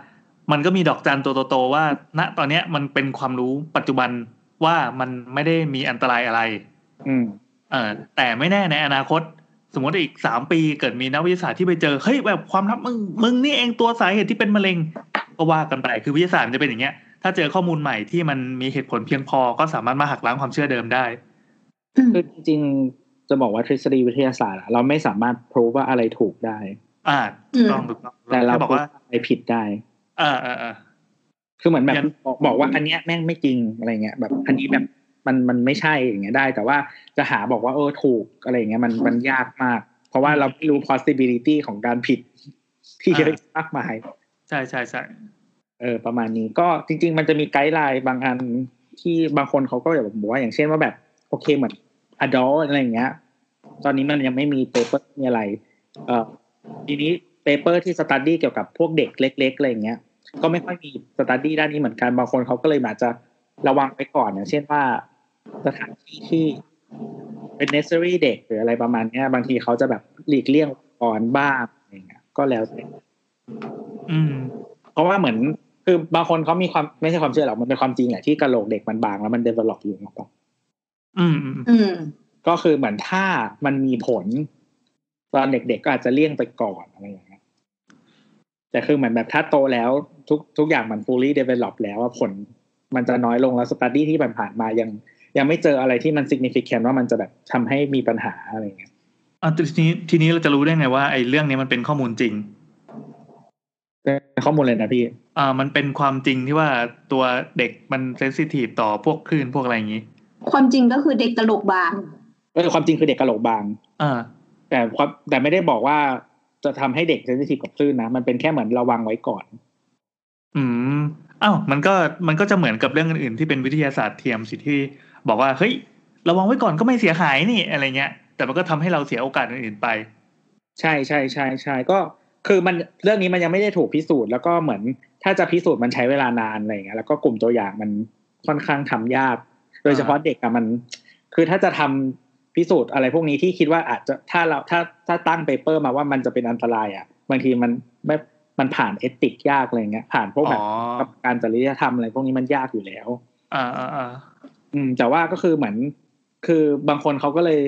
Speaker 2: มันก็มีดอกจันตัวโตๆว่า ณตอนเนี้ยมันเป็นความรู้ปัจจุบันว่ามันไม่ได้มีอันตรายอะไร
Speaker 4: อืม
Speaker 2: เออแต่ไม่แน่ในอนาคต สมมติอีกสามปีเกิดมีนักวิทยาศาสตร์ที่ไปเจอ เฮ้ยแบบความลับมึงมึงนี่เองตัวสาเหตุที่เป็นมะเร็ง ก็ว่ากันไปคือวิทยาศาสตร์มันจะเป็นอย่างเงี้ย ถ้าเจอข้อมูลใหม่ที่มันมีเหตุผลเพียงพอก็สามารถมาหักล้างความเชื่อเดิมได้
Speaker 4: คือจริงๆจะบอกว่าทฤษฎีวิทยาศาสตร์อะเราไม่สามารถพิสูจว่าอะไรถูกได้
Speaker 2: อ่า
Speaker 3: อืม
Speaker 2: ลองดูลอง
Speaker 4: แต่เรา
Speaker 2: แค่บอกว่า
Speaker 4: พิสูจอะไรผิดได้
Speaker 2: อ่าอ่าอ่า
Speaker 4: คือเหมือนแบบ
Speaker 2: งั้น
Speaker 4: บอกบอกว่าอันเนี้ยแม่งไม่จริงอะไรเงี้ยแบบอันนี้แบบมันมันไม่ใช่อย่างเงี้ยได้ แต่ว่าจะหาบอกว่าเออถูกอะไรเงี้ยมันมันยากมาก เพราะว่าเราไม่รู้ possibility ของการผิด ที่เยอะมากมาย
Speaker 2: ใช่ใช่ใช่
Speaker 4: เออประมาณนี้ก็จริง ๆ มันจะมีไกด์ไลน์บางอันที่บางคนเขาก็แบบบอกว่าอย่างเช่นว่าแบบ โอเคเหมือน adult อะไรอย่างเงี้ย ตอนนี้มันยังไม่มีเปเปอร์มีอะไร เออทีนี้เปเปอร์ที่สตัดดี้เกี่ยวกับพวกเด็กเล็กๆอะไรอย่างเงี้ย ก็ไม่ค่อยมีสตัดดี้ด้านนี้เหมือนกันบางคนเขาก็เลยอาจจะระวังไปก่อนอย่างเช่นว่าสถานที่ที่เป็น nursery เด็กหรืออะไรประมาณเนี้ย บางทีเขาจะแบบหลีกเลี่ยงก่อนบ้างอะไรอย่างเงี้ยก็แล้วแต่
Speaker 2: อืม
Speaker 4: เพราะว่าเหมือนคือบางคนเขามีความไม่ใช่ความเชื่อหรอกมันเป็นความจริงแหละที่กระโหลกเด็กมันบางแล้วมันเดเวล็อปอยู่นะคร
Speaker 2: อืมอืมอืม
Speaker 3: อืม
Speaker 4: ก็คือเหมือนถ้ามันมีผล ตอนเด็กๆก็อาจจะเลี่ยงไปก่อนอะไรอย่างเงี้ยแต่คือเหมือนแบบถ้าโตแล้วทุกทุกอย่างมัน fully develop แล้วว่าผลมันจะน้อยลงแล้วสต u d ดี้ที่ผ่านๆมายัง ยังไม่เจออะไรที่มัน significant ว่ามันจะแบบทำให้มีปัญหาอะไรอย่างเงี้ย
Speaker 2: อ่ะทีนี้ทีนี้เราจะรู้ได้ไงว่าไอ้เรื่องนี้มันเป็นข้อมูลจริง
Speaker 4: เป็นข้อมูลเลยนะพี่
Speaker 2: อ่ามันเป็นความจริงที่ว่าตัวเด็กมันเซนซิทีฟต่อพวกคลื่นพวกอะไรอย่างนี้
Speaker 3: ความจริงก็คือเด็กกระโหลกบาง
Speaker 4: ก็คือความจริงคือเด็กกระโหลกบาง
Speaker 2: อ่า
Speaker 4: แต่ความแต่ไม่ได้บอกว่าจะทำให้เด็กเซนซิทีฟกับคลื่นนะ มันเป็นแค่เหมือนระวังไว้ก่อน
Speaker 2: อืมอ้าวมันก็มันก็จะเหมือนกับเรื่องอื่นๆที่เป็นวิทยาศาสตร์เทียมสิที่บอกว่าเฮ้ยระวังไว้ก่อนก็ไม่เสียหายนี่อะไรเงี้ย แต่มันก็ทำให้เราเสียโอกาสอื่นๆไป
Speaker 4: ใช่ใช่ใช่ใช่ก็คือมันเรื่องนี้มันยังไม่ได้ถูกพิสูจน์แล้วก็เหมือนถ้าจะพิสูจน์มันใช้เวลานานอะไรอย่างเงี้ยแล้วก็กลุ่มตัวอย่างมันค่อนข้างทำยาก โดยเฉพาะเด็กอะมัน คือถ้าจะทำพิสูจน์อะไรพวกนี้ที่คิดว่าอาจจะถ้าเราถ้าถ้าตั้งเปเปอร์มาว่ามันจะเป็นอันตรายอะบางทีมันไม่ มันผ่านเอติกยากอะไรเงี้ย ผ่านพวกแบบ
Speaker 2: อ๋อ
Speaker 4: กับการจริยธรรมอะไรพวกนี้มันยากอยู่แล้ว
Speaker 2: อ่าอ่าอ่า
Speaker 4: อืมแต่ว่าก็คือเหมือนคือบางคนเขาก็เลย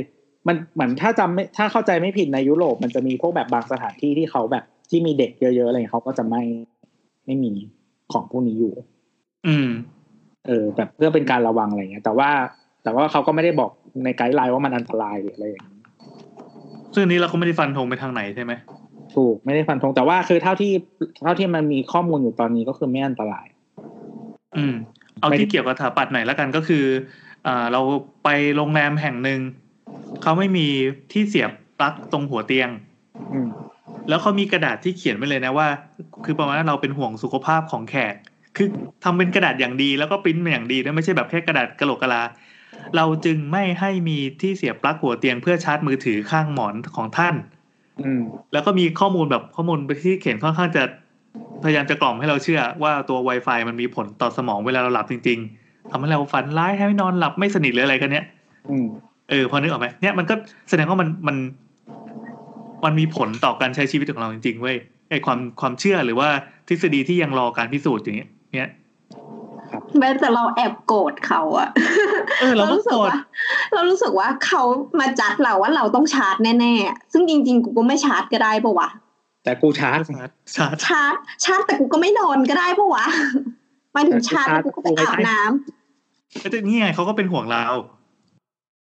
Speaker 4: มันเหมือนถ้าจำไม่ถ้าเข้าใจไม่ผิดในยุโรป มันจะมีพวกแบบบางสถานที่ที่เขาแบบที่มีเด็กเยอะๆอะไรเงี้ยเขาก็จะไม่ไม่มีของพวกนี้อยู่
Speaker 2: อืม
Speaker 4: เออแบบเพื่อเป็นการระวังอะไรเงี้ย แต่ว่าแต่ว่าเขาก็ไม่ได้บอกในไกด์ไลน์ว่ามันอันตรายหรืออะไรอย่างเงี้ย
Speaker 2: ซึ่งอันนี้เราก็ไม่ได้ฟันธงไปทางไหนใช่ไหม
Speaker 4: ถูกไม่ได้ฟันธงแต่ว่าคือเท่าที่เท่าที่มันมีข้อมูลอยู่ตอนนี้ก็คือไม่อันตราย
Speaker 2: อืม เอา
Speaker 4: ไม่
Speaker 2: ที่เกี่ยวกับสถาปัตย์หน่อยละกันก็คืออ่าเราไปโรงแรมแห่งหนึ่งเขาไม่มีที่เสียบปลั๊กตรงหัวเตียง
Speaker 4: อืม
Speaker 2: แล้วเขามีกระดาษที่เขียนไว้เลยนะว่า คือประมาณว่าเราเป็นห่วงสุขภาพของแขก คือทำเป็นกระดาษอย่างดีแล้วก็ปริ้นมาอย่างดีนะไม่ใช่แบบแค่กระดาษกระโหลกกะลา เราจึงไม่ให้มีที่เสียบปลั๊กหัวเตียงเพื่อชาร์จมือถือข้างหมอนของท่าน
Speaker 4: อืม
Speaker 2: แล้วก็มีข้อมูลแบบข้อมูลที่เขียนค่อนข้างจะพยายามจะกล่อมให้เราเชื่อว่าตัว Wi-Fi มันมีผลต่อสมองเวลาเราหลับจริงๆทำให้เราฝันร้ายให้นอนหลับไม่สนิทหรืออะไรกันเนี้ย
Speaker 4: อืม
Speaker 2: เออพอนึกออกไหมเนี่ยมันก็แสดงว่ามันมัน มันมีผลต่อการใช้ชีวิตของเราจริงๆเว้ยไอความความเชื่อหรือว่าทฤษฎีที่ยังรอการพิสูจน์อย่างเงี้ยเนี่ย
Speaker 3: แม้แต่เราแอบโกรธเขาอะ
Speaker 2: เออเราก็
Speaker 3: สึ
Speaker 2: โกรธ
Speaker 3: ว่า เรารู้สึกว่าเขามาจัดเราว่าเราต้องชาร์จแน่ๆ ซึ่งจริงๆ กูก็ไม่ชาร์จก็ได้ปะวะ
Speaker 4: แต่กูชาร์จ
Speaker 2: ชาร์จ ชาร์จ
Speaker 3: ชาร์จชาร์จแต่กูก็ไม่นอนก็ได้ปะวะหมายถึงชาร์จแล้วกูก็ไปอาบน้ำ
Speaker 2: ก็จะนี่ไงเขาก็เป็นห่วงเรา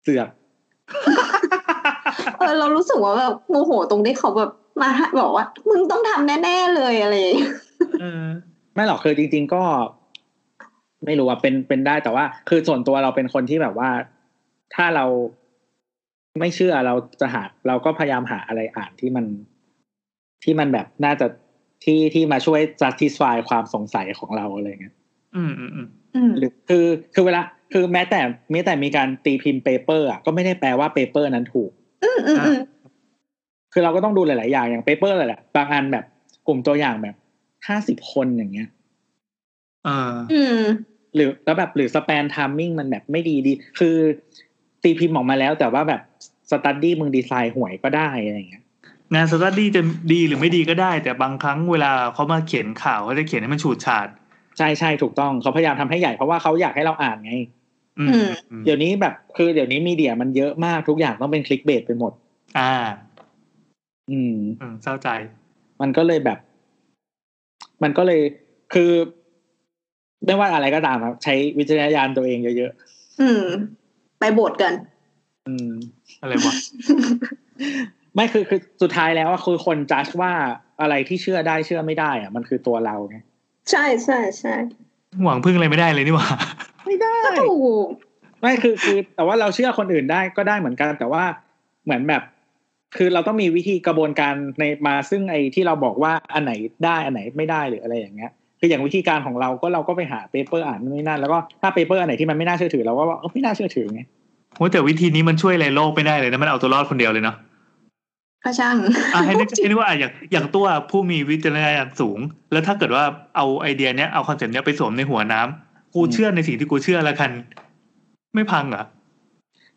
Speaker 4: เสือก
Speaker 3: เออเรารู้สึกว่าแบบโมโหตรงที่เขาแบบมาบอกว่า มึงต้องทำแน่ ๆ เลยอะไรอย่างเงี้ย
Speaker 2: เออ
Speaker 4: ไม่หรอกคือจริง ๆก็ ไม่รู้ว่าเป็นเป็นได้แต่ว่า คือส่วนตัวเราเป็นคนที่แบบว่า ถ้าเราไม่เชื่อเราจะหา เราก็พยายามหาอะไรอ่านที่มันที่มันแบบน่าจะที่ที่มาช่วย justify ความสงสัยของเราอะไรเงี้ย
Speaker 2: อืมอืมอืม
Speaker 3: อืม
Speaker 4: หรือคือคือเวลา คือแม้แต่แม้แต่มีการตีพิมพ์เปเปอร์อ่ะก็ไม่ได้แปลว่าเปเปอร์นั้นถูก
Speaker 3: อืมอืมอืม
Speaker 4: คือเราก็ต้องดูหลาย ๆ อย่างอย่างเปเปอร์แหละบางอันแบบกลุ่มตัวอย่างแบบห้าสิบคนอย่างเงี้ย
Speaker 2: เออ
Speaker 3: อืม
Speaker 4: หรือแล้วแบบหรือสแปนไทมิ่งมันแบบไม่ดีดี คือตีพิมพ์ออกมาแล้วแต่ว่าแบบสตัดดี้มึงดีไซน์ห่วยก็ได้อะไรอย่างเงี้ย
Speaker 2: งานสตัดดี้จะดีหรือไม่ดีก็ได้ แต่บางครั้งเวลาเขามาเขียนข่าวเขาจะเขียนให้มันฉูดฉาด
Speaker 4: ใช่ใช่ถูกต้องเขาพยายามทำให้ใหญ่เพราะว่าเขาอยากให้เราอ่านไง
Speaker 2: อืมอืม
Speaker 4: เดี๋ยวนี้แบบคือเดี๋ยวนี้มีเดียมันเยอะมากทุกอย่างต้องเป็นคลิกเบสไปหมด
Speaker 2: อ่า
Speaker 4: อืม
Speaker 2: อืมเศร้าใจ
Speaker 4: มันก็เลยแบบ มันก็เลยคือไม่ว่าอะไรก็ตามครับ ใช้วิจารณญาณตัวเองเยอะ
Speaker 3: อืม ไปโบสถ์กัน
Speaker 4: ๆอืม
Speaker 2: อะไรวะ
Speaker 4: ไม่คือคือสุดท้ายแล้วอะคือคนจัดว่าอะไรที่เชื่อได้เชื่อไม่ได้อะมันคือตัวเราไง
Speaker 3: ใช่ใช่ใช่
Speaker 2: หวังพึ่งอะไรไม่ได้เลยนี่หว่า
Speaker 4: ไม่ได้
Speaker 3: ก็ถูก
Speaker 4: ไม่คือคือ แต่ว่าเราเชื่อคนอื่นได้ก็ได้เหมือนกัน แต่ว่าเหมือนแบบ คือเราต้องมีวิธีกระบวนการในมาซึ่งไอ้ที่เราบอกว่าอันไหนได้อันไหนไม่ได้หรืออะไรอย่างเงี้ย คืออย่างวิธีการของเราก็เราก็ไปหาเปเปอร์อ่านนู่นนี่นั่นแล้วก็ถ้าเปเปอร์อันไหนที่มันไม่น่าเชื่อถือเราก็ว่าเออไม่น่าเชื่อถือไง
Speaker 2: โอ้แต่วิธีนี้มันช่วยอะไรโลกไม่ได้เลยนะมันเอาตัวรอดคนเดียวเลยเนาะ
Speaker 3: ก็ช่าง
Speaker 2: อ่ะให้นึกให้นึกว่าอ่ะอย่างอย่างตัวผู้มีวิจารณญาณสูง แล้วถ้าเกิดว่าเอาไอเดียเนี้ยเอาคอนเซปต์เนี้ยไปสวมในหัวน้ำกูเชื่อในสิ่งที่กูเชื่อละกัน ไม่พังเหรอ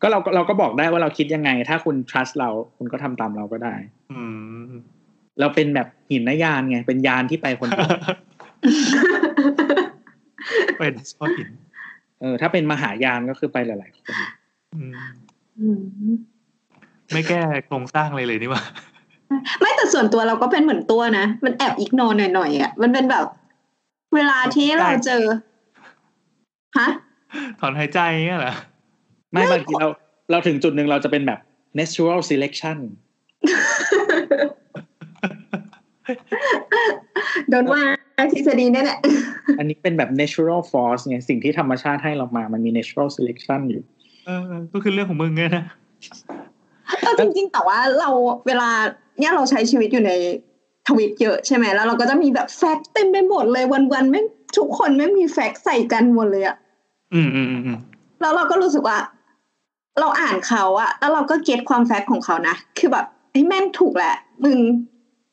Speaker 4: ก็เราก็เราก็บอกได้ว่าเราคิดยังไง ถ้าคุณ trust เราคุณก็ทำตามเราก็ได้
Speaker 2: อืม
Speaker 4: เราเป็นแบบหินนยานไงเป็นยานที่ไปคนเดี ยว
Speaker 2: เป็นชอบหิน
Speaker 4: เออถ้าเป็นมหายานก็คือไปหลาย ๆ คน
Speaker 2: อืม
Speaker 3: อืม
Speaker 2: ไม่แก้โครงสร้างเลยเลยนี่หว่า
Speaker 3: ไม่แต่ส่วนตัวเราก็เป็นเหมือนตัวนะ มันแอบอีกนอนหน่อยๆอ่ะมันเป็นแบบ เวลาที่เราเจอฮะ
Speaker 2: ถอนหายใจเงี้ยเหรอ
Speaker 4: ไม่
Speaker 3: ไม่
Speaker 4: บางทีเราเราถึงจุดหนึ่งเราจะเป็นแบบ natural selection
Speaker 3: โดนว่าทฤษฎีเนี่ยแหละ
Speaker 4: อันนี้เป็นแบบ natural force ไงสิ่งที่ธรรมชาติให้เรามามันมี natural selection อยู่
Speaker 2: เออก็คือเรื่องของมึงไงนะ
Speaker 3: เออจริง ๆ แต่ว่าเราเวลาเนี่ยเราใช้ชีวิตอยู่ในทวิตเยอะใช่ไหมแล้วเราก็จะมีแบบแฟกต์เต็มไปหมดเลยวันๆไม่งทุกคนไม่งมีแฟกต์ใส่กันหมดเลยอะ
Speaker 2: อืมอืมอืมอืม
Speaker 3: แล้วเราก็รู้สึกว่า เราอ่านเขาอะแล้วเราก็เก็ตความแฟกต์ของเขานะคือแบบไอ้ยแม่งถูกแหละ มึง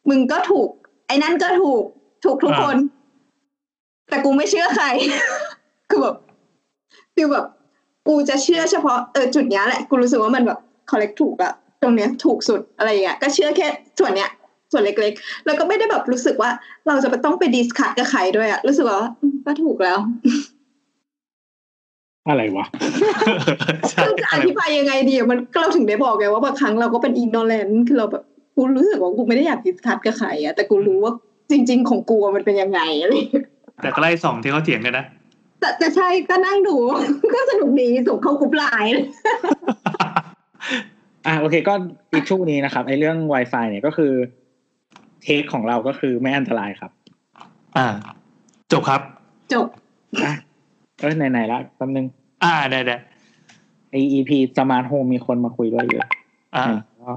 Speaker 3: มึงก็ถูก ไอ้นั่นก็ถูก ถูกทุกคน แต่กูไม่เชื่อใคร คือแบบคือแบบ กูจะเชื่อเฉพาะเออจุดเนี้ยแหละ กูรู้สึกว่ามันแบบ collect ถูกอะตรงเนี้ยถูกสุดอะไรอย่างเงี้ยก็เชื่อแค่ส่วนเนี้ย ส่วนเล็กๆ แล้วก็ไม่ได้แบบรู้สึกว่า เราจะไปต้องไปดิสคัตกับใครด้วยอะรู้สึกว่าอืมก็ถูกแล้ว
Speaker 4: อะไรวะ
Speaker 2: ใช่
Speaker 3: คือจะ
Speaker 2: อะ
Speaker 3: อ
Speaker 2: ไร
Speaker 3: ธิบายยังไงดีอะมันเราถึงได้บอกไงว่าบางครั้งเราก็เป็นอินโนแลนต์คือเราแบบกูรู้สึกว่ากูไม่ได้อยากดิสคัตกับใครอะแต่กูรู้ว่าจริง ๆ ของกูอะมันเป็นยังไงอะไรอย่างเงี้ย
Speaker 2: แต่ก็ไล่สองที่เขาเถียงกันนะ
Speaker 3: แต่แต่ใช่ก็นั่งดู ก็สนุกดีส่งเข้ากรุ๊ปไลน์
Speaker 4: อ่ะโอเคก็อีกช่วงนี้นะครับไอ้เรื่อง Wi-Fi เนี่ยก็คือเทคของเราก็คือไม่อันตรายครับ
Speaker 2: อ่า จบครับ
Speaker 3: จบ
Speaker 4: อ่ะเออไหนๆละแป๊บนึง
Speaker 2: อ่าได้ได้
Speaker 4: ไอ EP สมาร์ทโฮมมีคนมาคุยด้วยเยอะ
Speaker 2: อ่า
Speaker 4: อ่ะ ก็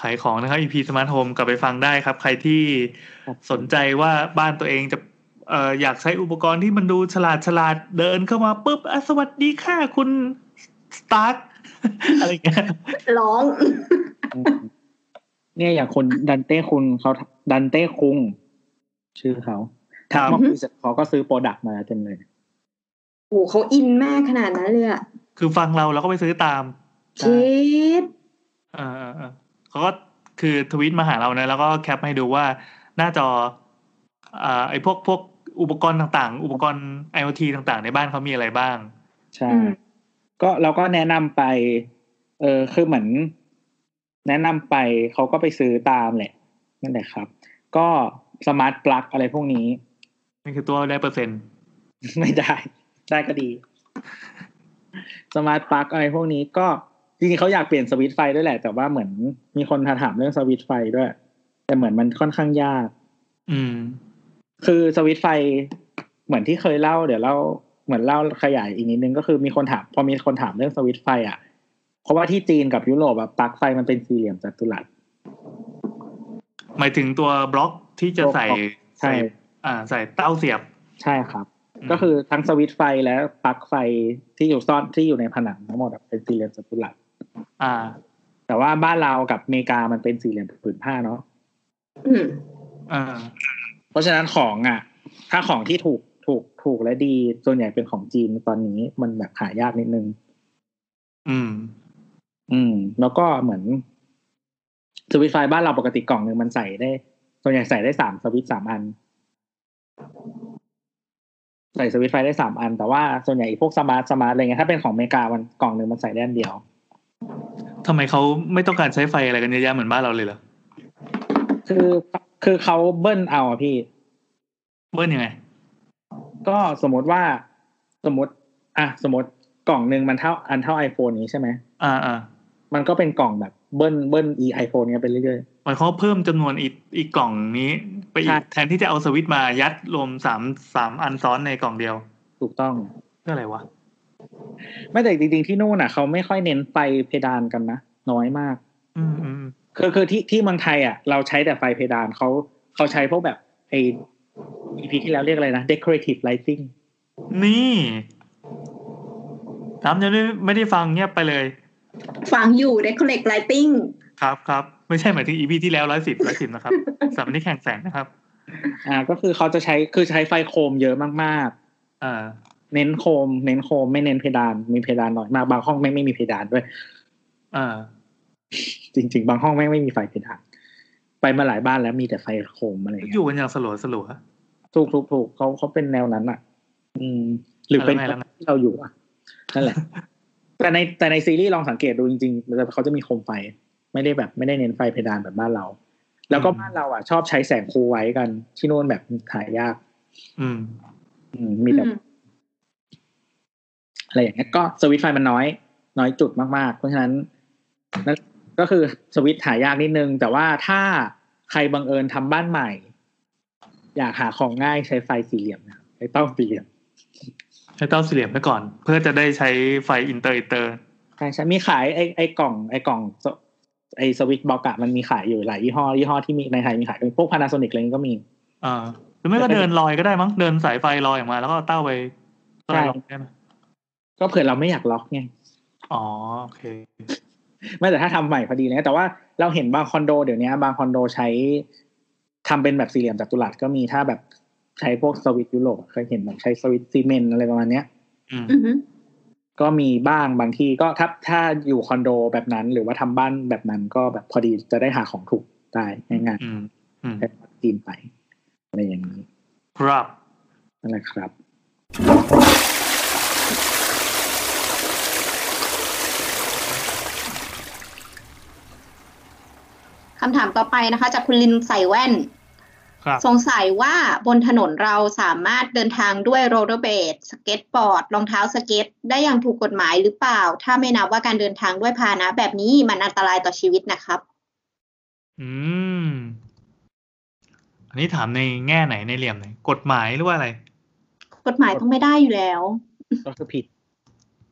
Speaker 2: ขายของนะครับ EP Smart Home กลับไปฟังได้ครับ ใครที่สนใจว่าบ้านตัวเองจะเอ่ออยากใช้อุปกรณ์ที่มันดูฉลาดฉลาดเดินเข้ามาปุ๊บอ่ะสวัสดีค่ะคุณสตาร์ อะไรอย่างเงี้ย
Speaker 3: ร้อง
Speaker 4: อืมเนี่ยอย่างคนดันเต้คุณเขาดันเต้คุง ชื่อเขาทักมาคุยเสร็จเขาก็ซื้อโปรดักต์มาเต็มเลย
Speaker 3: โอ้โหเขาอินมากขนาดนั้นเลยอะ
Speaker 2: คือฟังเราเราก็ไปซื้อตาม
Speaker 3: คิด
Speaker 2: เออเออเออเขาก็คือทวีตมาหาเรานะแล้วก็แคปให้ดูว่าหน้าจออ่าไอ้พวกพวกอุปกรณ์ต่างๆ อุปกรณ์ IoT ต่างๆ ในบ้านเขามีอะไรบ้าง
Speaker 4: ใช่
Speaker 3: อืม
Speaker 4: ก็เราก็แนะนำไป เออคือเหมือน แนะนำไปเขาก็ไปซื้อตามแหละ นั่นแหละครับ ก็สมาร์ทปลั๊กอะไรพวกนี้
Speaker 2: นี่คือตัวได้เปอร์เซ็นต์
Speaker 4: ไม่ได้ ได้ก็ดี สมาร์ทปลั๊กอะไรพวกนี้ก็จริงๆเขาอยากเปลี่ยนสวิตช์ไฟด้วยแหละ แต่ว่าเหมือนมีคนมาถามเรื่องสวิตช์ไฟด้วย แต่เหมือนมันค่อนข้างยาก
Speaker 2: อืม
Speaker 4: คือสวิตช์ไฟเหมือนที่เคยเล่าเดี๋ยวเล่าเหมือนเล่าขยายอีกนิดนึงก็คือมีคนถามพอมีคนถามเรื่องสวิตช์ไฟอ่ะเพราะว่าที่จีนกับยุโรปแบบปลั๊กไฟมันเป็นสี่เหลี่ยมจัตุรัส
Speaker 2: หมายถึงตัวบล็อกที่จะใส่
Speaker 4: ใช่
Speaker 2: ใส่ อ่า ใส่เต้าเสียบ
Speaker 4: ใช่ครับ ก็คือทั้งสวิตช์ไฟและปลั๊กไฟที่อยู่ซ่อนที่อยู่ในผนังทั้งหมดอะเป็นสี่เหลี่ยมจัตุรัส
Speaker 2: อ่า
Speaker 4: แต่ว่าบ้านเรากับอเมริกามันเป็นสี่เหลี่ยมผืนผ้าเนาะ
Speaker 3: อืม
Speaker 2: อ่า
Speaker 4: เพราะฉะนั้นของอ่ะ ถ้าของที่ถูกถูกถูกและดีส่วนใหญ่เป็นของจีนตอนนี้มันแบบหายากนิดนึง
Speaker 2: อืม
Speaker 4: อืม แล้วก็เหมือนสวิตช์ไฟบ้านเราปกติกล่องหนึ่งมันใส่ได้ ส่วนใหญ่ใส่ได้สามสวิตช์สามอัน ใส่สวิตช์ไฟได้สามอัน แต่ว่าส่วนใหญ่ไอ้พวกสมาร์ทสมาร์ทอะไรเงี้ยถ้าเป็นของอเมริกามันกล่องหนึ่งมันใส่ได้อันเดียว
Speaker 2: ทำไมเขาไม่ต้องการใช้ไฟอะไรกันเยอะแยะเหมือนบ้านเราเลยเหรอ
Speaker 4: คือคือเขาเบิ้ลเอาอะพี่
Speaker 2: เบิ้ลยังไง
Speaker 4: ก็สมมติว่าสมมติ อ่ะสมมติกล่องหนึ่งมันเท่าอันเท่าไอโฟนนี้ใช่ไหม
Speaker 2: อ่าอ่า
Speaker 4: มันก็เป็นกล่องแบบเบิ้ลเบิ้ลอีไอโฟนเนี้ยไปเรื่อย
Speaker 2: หมายความว่าเพิ่มจำนวนอีกอีกกล่องนี้ไปอี
Speaker 4: ใช่
Speaker 2: กแทนที่จะเอาสวิตช์มายัดรวมสามสามอันซ้อนในกล่องเดียว
Speaker 4: ๆถูกต้อง
Speaker 2: นี่อะไรวะ
Speaker 4: ไม่แต่จริงๆที่นู่นอ่ะเขาไม่ค่อยเน้นไฟเพดานกันนะน้อยมาก
Speaker 2: อืมอืม
Speaker 4: คือคือที่ที่เมืองไทยอ่ะเราใช้แต่ไฟเพดานเขาเขาใช้พวกแบบไอ EP ที่แล้วเรียกอะไรนะ decorative lighting
Speaker 2: นี่ทำยังไม่ไม่ได้ฟังเงียบไปเลย
Speaker 3: ฟังอยู่ decorate lighting
Speaker 2: ครับครับ ไม่ใช่หมายถึงอีพีที่แล้วร้อยสิบร้อยสิบนะครับสำหรับที่แข่งแสงนะครับ
Speaker 4: อ่าก็คือเขาจะใช้คือใช้ไฟโคมเยอะมาก
Speaker 2: อ่า
Speaker 4: ๆ เน้นโคม เน้นโคมไม่เน้นเพดานมีเพดานน้อยมากบางห้องแม่งไม่มีเพดานด้วย
Speaker 2: อ่า
Speaker 4: จริง ๆ บางห้องแม่งไม่มีไฟเพดานไปมาหลายบ้านแล้วมีแต่ไฟโคมอะไรอย่าง
Speaker 2: อ
Speaker 4: เงี้ย
Speaker 2: ยู่กันอย่างสลัวสลัว
Speaker 4: ถูกถูกถูกเขาเขาเป็นแนวนั้นอ่ะ อืม หรือเป็น
Speaker 2: แล้วไงแล้วไง
Speaker 4: ที่เราอยู่อ่ะนั่นแหละ แต่ในแต่ในซีรีส์ลองสังเกตดูจริงๆแต่เขาจะมีโคมไฟ ไม่ได้แบบไม่ได้เน้นไฟเพดานแบบบ้านเรา แล้วก็บ้านเราอ่ะ ชอบใช้แสงคูไว้กันที่โน่นแบบหายาก
Speaker 2: อืม
Speaker 4: อืมมีแต่
Speaker 3: อืม
Speaker 4: อะไรอย่างเงี้ยก็สวิตช์ไฟมันน้อย น้อยจุดมากๆ เพราะฉะนั้นนั่นก็คือสวิตช์หายากนิดนึง แต่ว่าถ้าใครบังเอิญทำบ้านใหม่ อยากหาของง่ายใช้ไฟสี่เหลี่ยมนะครับใช้เต้าสี่เหลี่ยม
Speaker 2: ให้เต้าสี่เหลี่ยมไว้ก่อน เพื่อจะได้ใช้ไฟอินเตอร์อินเตอร์
Speaker 4: ใช่ใช่มีขายไอไอกล่อง ไอกล่องสไอสวิตช์บล็อกอะมันมีขายอยู่หลายยี่ห้อยี่ห้อที่มีในไทยมีขายพวกพานาโซนิกอะไรนี้ก็มี
Speaker 2: อ่าหรือไม่ก็เดินลอยก็ได้มั้งเดินสายไฟลอยออกมา แล้วก็เอาเต้าไปก็
Speaker 4: ใช่
Speaker 2: ได้ลอยได้ไหม
Speaker 4: ก็เผื่อเราไม่อยากล็อกไง
Speaker 2: อ๋อโอเค
Speaker 4: ไม่แต่ถ้าทำใหม่พอดีนะแต่ว่าเราเห็นบางคอนโดเดี๋ยวนี้บางคอนโดใช้ทำเป็นแบบสี่เหลี่ยมจัตุรัสก็มีถ้าแบบใช้พวกสวิตช์ยุโรปอะเคยเห็นแบบใช้สวิตช์ซีเมนต์อะไรประมาณเนี้ย
Speaker 2: อืม
Speaker 3: อือหือ
Speaker 4: ก็มีบ้างบางที่ก็ถ้าถ้าอยู่คอนโดแบบนั้น หรือว่าทำบ้านแบบนั้นก็แบบพอดีจะได้หาของถูกได้ง่าย
Speaker 2: อืมอืม
Speaker 4: ๆได้กินไปอะไรอย่างนี้
Speaker 2: ครับ
Speaker 4: นั่นแหละครับ
Speaker 3: คำถามต่อไปนะคะ จากคุณลินใส่แว่น
Speaker 2: ครับ
Speaker 3: สงสัยว่าบนถนนเราสามารถเดินทางด้วยโรลเลอร์เบดสเก็ตบอร์ด รองเท้าสเก็ต ได้อย่างถูกกฎหมายหรือเปล่า ถ้าไม่นับว่าการเดินทางด้วยพาหนะแบบนี้มันอันตรายต่อชีวิตนะครับ
Speaker 2: อืม อันนี้ถามในแง่ไหนในเหลี่ยมไหนกฎหมายหรือว่าอะไร
Speaker 3: กฎหมายต้องไม่ได้อยู่แล้ว
Speaker 4: ก็คือผิด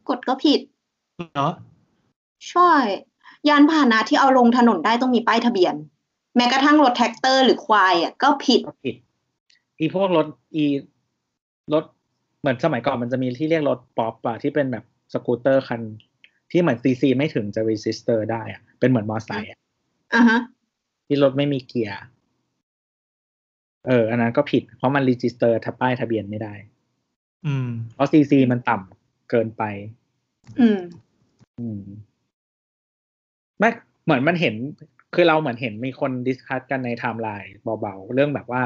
Speaker 3: กฎก็ผิด
Speaker 2: เนาะ
Speaker 3: ช่วยยานพาหนะที่เอาลงถนนได้ต้องมีป้ายทะเบียน แม้กระทั่งรถแท็กเตอร์หรือควายอ่ะก็ผิด
Speaker 4: ก็ผิด อีพวกรถอีรถเหมือนสมัยก่อนมันจะมีที่เรียกรถป๊อปอะที่เป็นแบบสกูตเตอร์คัน ที่เหมือนซีซีไม่ถึงจะรีสิสเตอร์ได้อะเป็นเหมือนมอไซค์อะ
Speaker 3: อ่ะฮะ
Speaker 4: ที่รถไม่มีเกียร์เออ อันนั้นก็ผิด เพราะมันรีจิสเตอร์ทับป้ายทะเบียนไม่ได้
Speaker 2: อืม
Speaker 4: เพราะซีซีมันต่ำเกินไป
Speaker 3: อืม
Speaker 4: อืมไม่เหมือนมันเห็น คือเราเหมือนเห็นมีคนดิสคัตกันในไทม์ไลน์เบาๆ เรื่องแบบว่า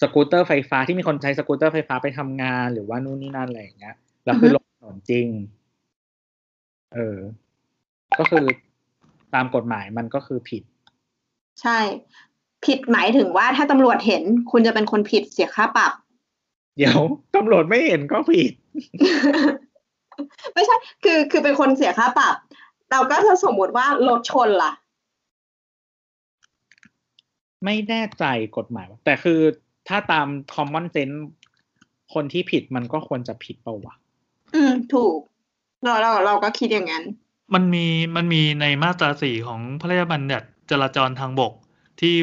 Speaker 4: สกูตเตอร์ไฟฟ้าที่มีคนใช้สกูตเตอร์ไฟฟ้าไปทำงานหรือว่านู่นนี่นั่นอะไรอย่างเงี้ยแล้วคือ
Speaker 3: อือฮึ
Speaker 4: ลงถนนจริง เออ ก็คือตามกฎหมายมันก็คือผิด
Speaker 3: ใช่ ผิดหมายถึงว่าถ้าตำรวจเห็นคุณจะเป็นคนผิดเสียค่าปรับ
Speaker 4: เดี๋ยวตำรวจไม่เห็นก็ผิด
Speaker 3: ไม่ใช่ คือคือเป็นคนเสียค่าปรับ เราก็จะสมมติว่ารถชนล่ะ
Speaker 4: ไม่แน่ใจกฎหมายว่าแต่คือถ้าตามคอมมอนเซนส์คนที่ผิดมันก็ควรจะผิดเปล่าวะ
Speaker 3: อืม ถูก เราเราเราก็คิดอย่างนั้น
Speaker 2: มันมีมันมีในมาตราสี่ของพระราชบัญญัติจราจรทางบก ที่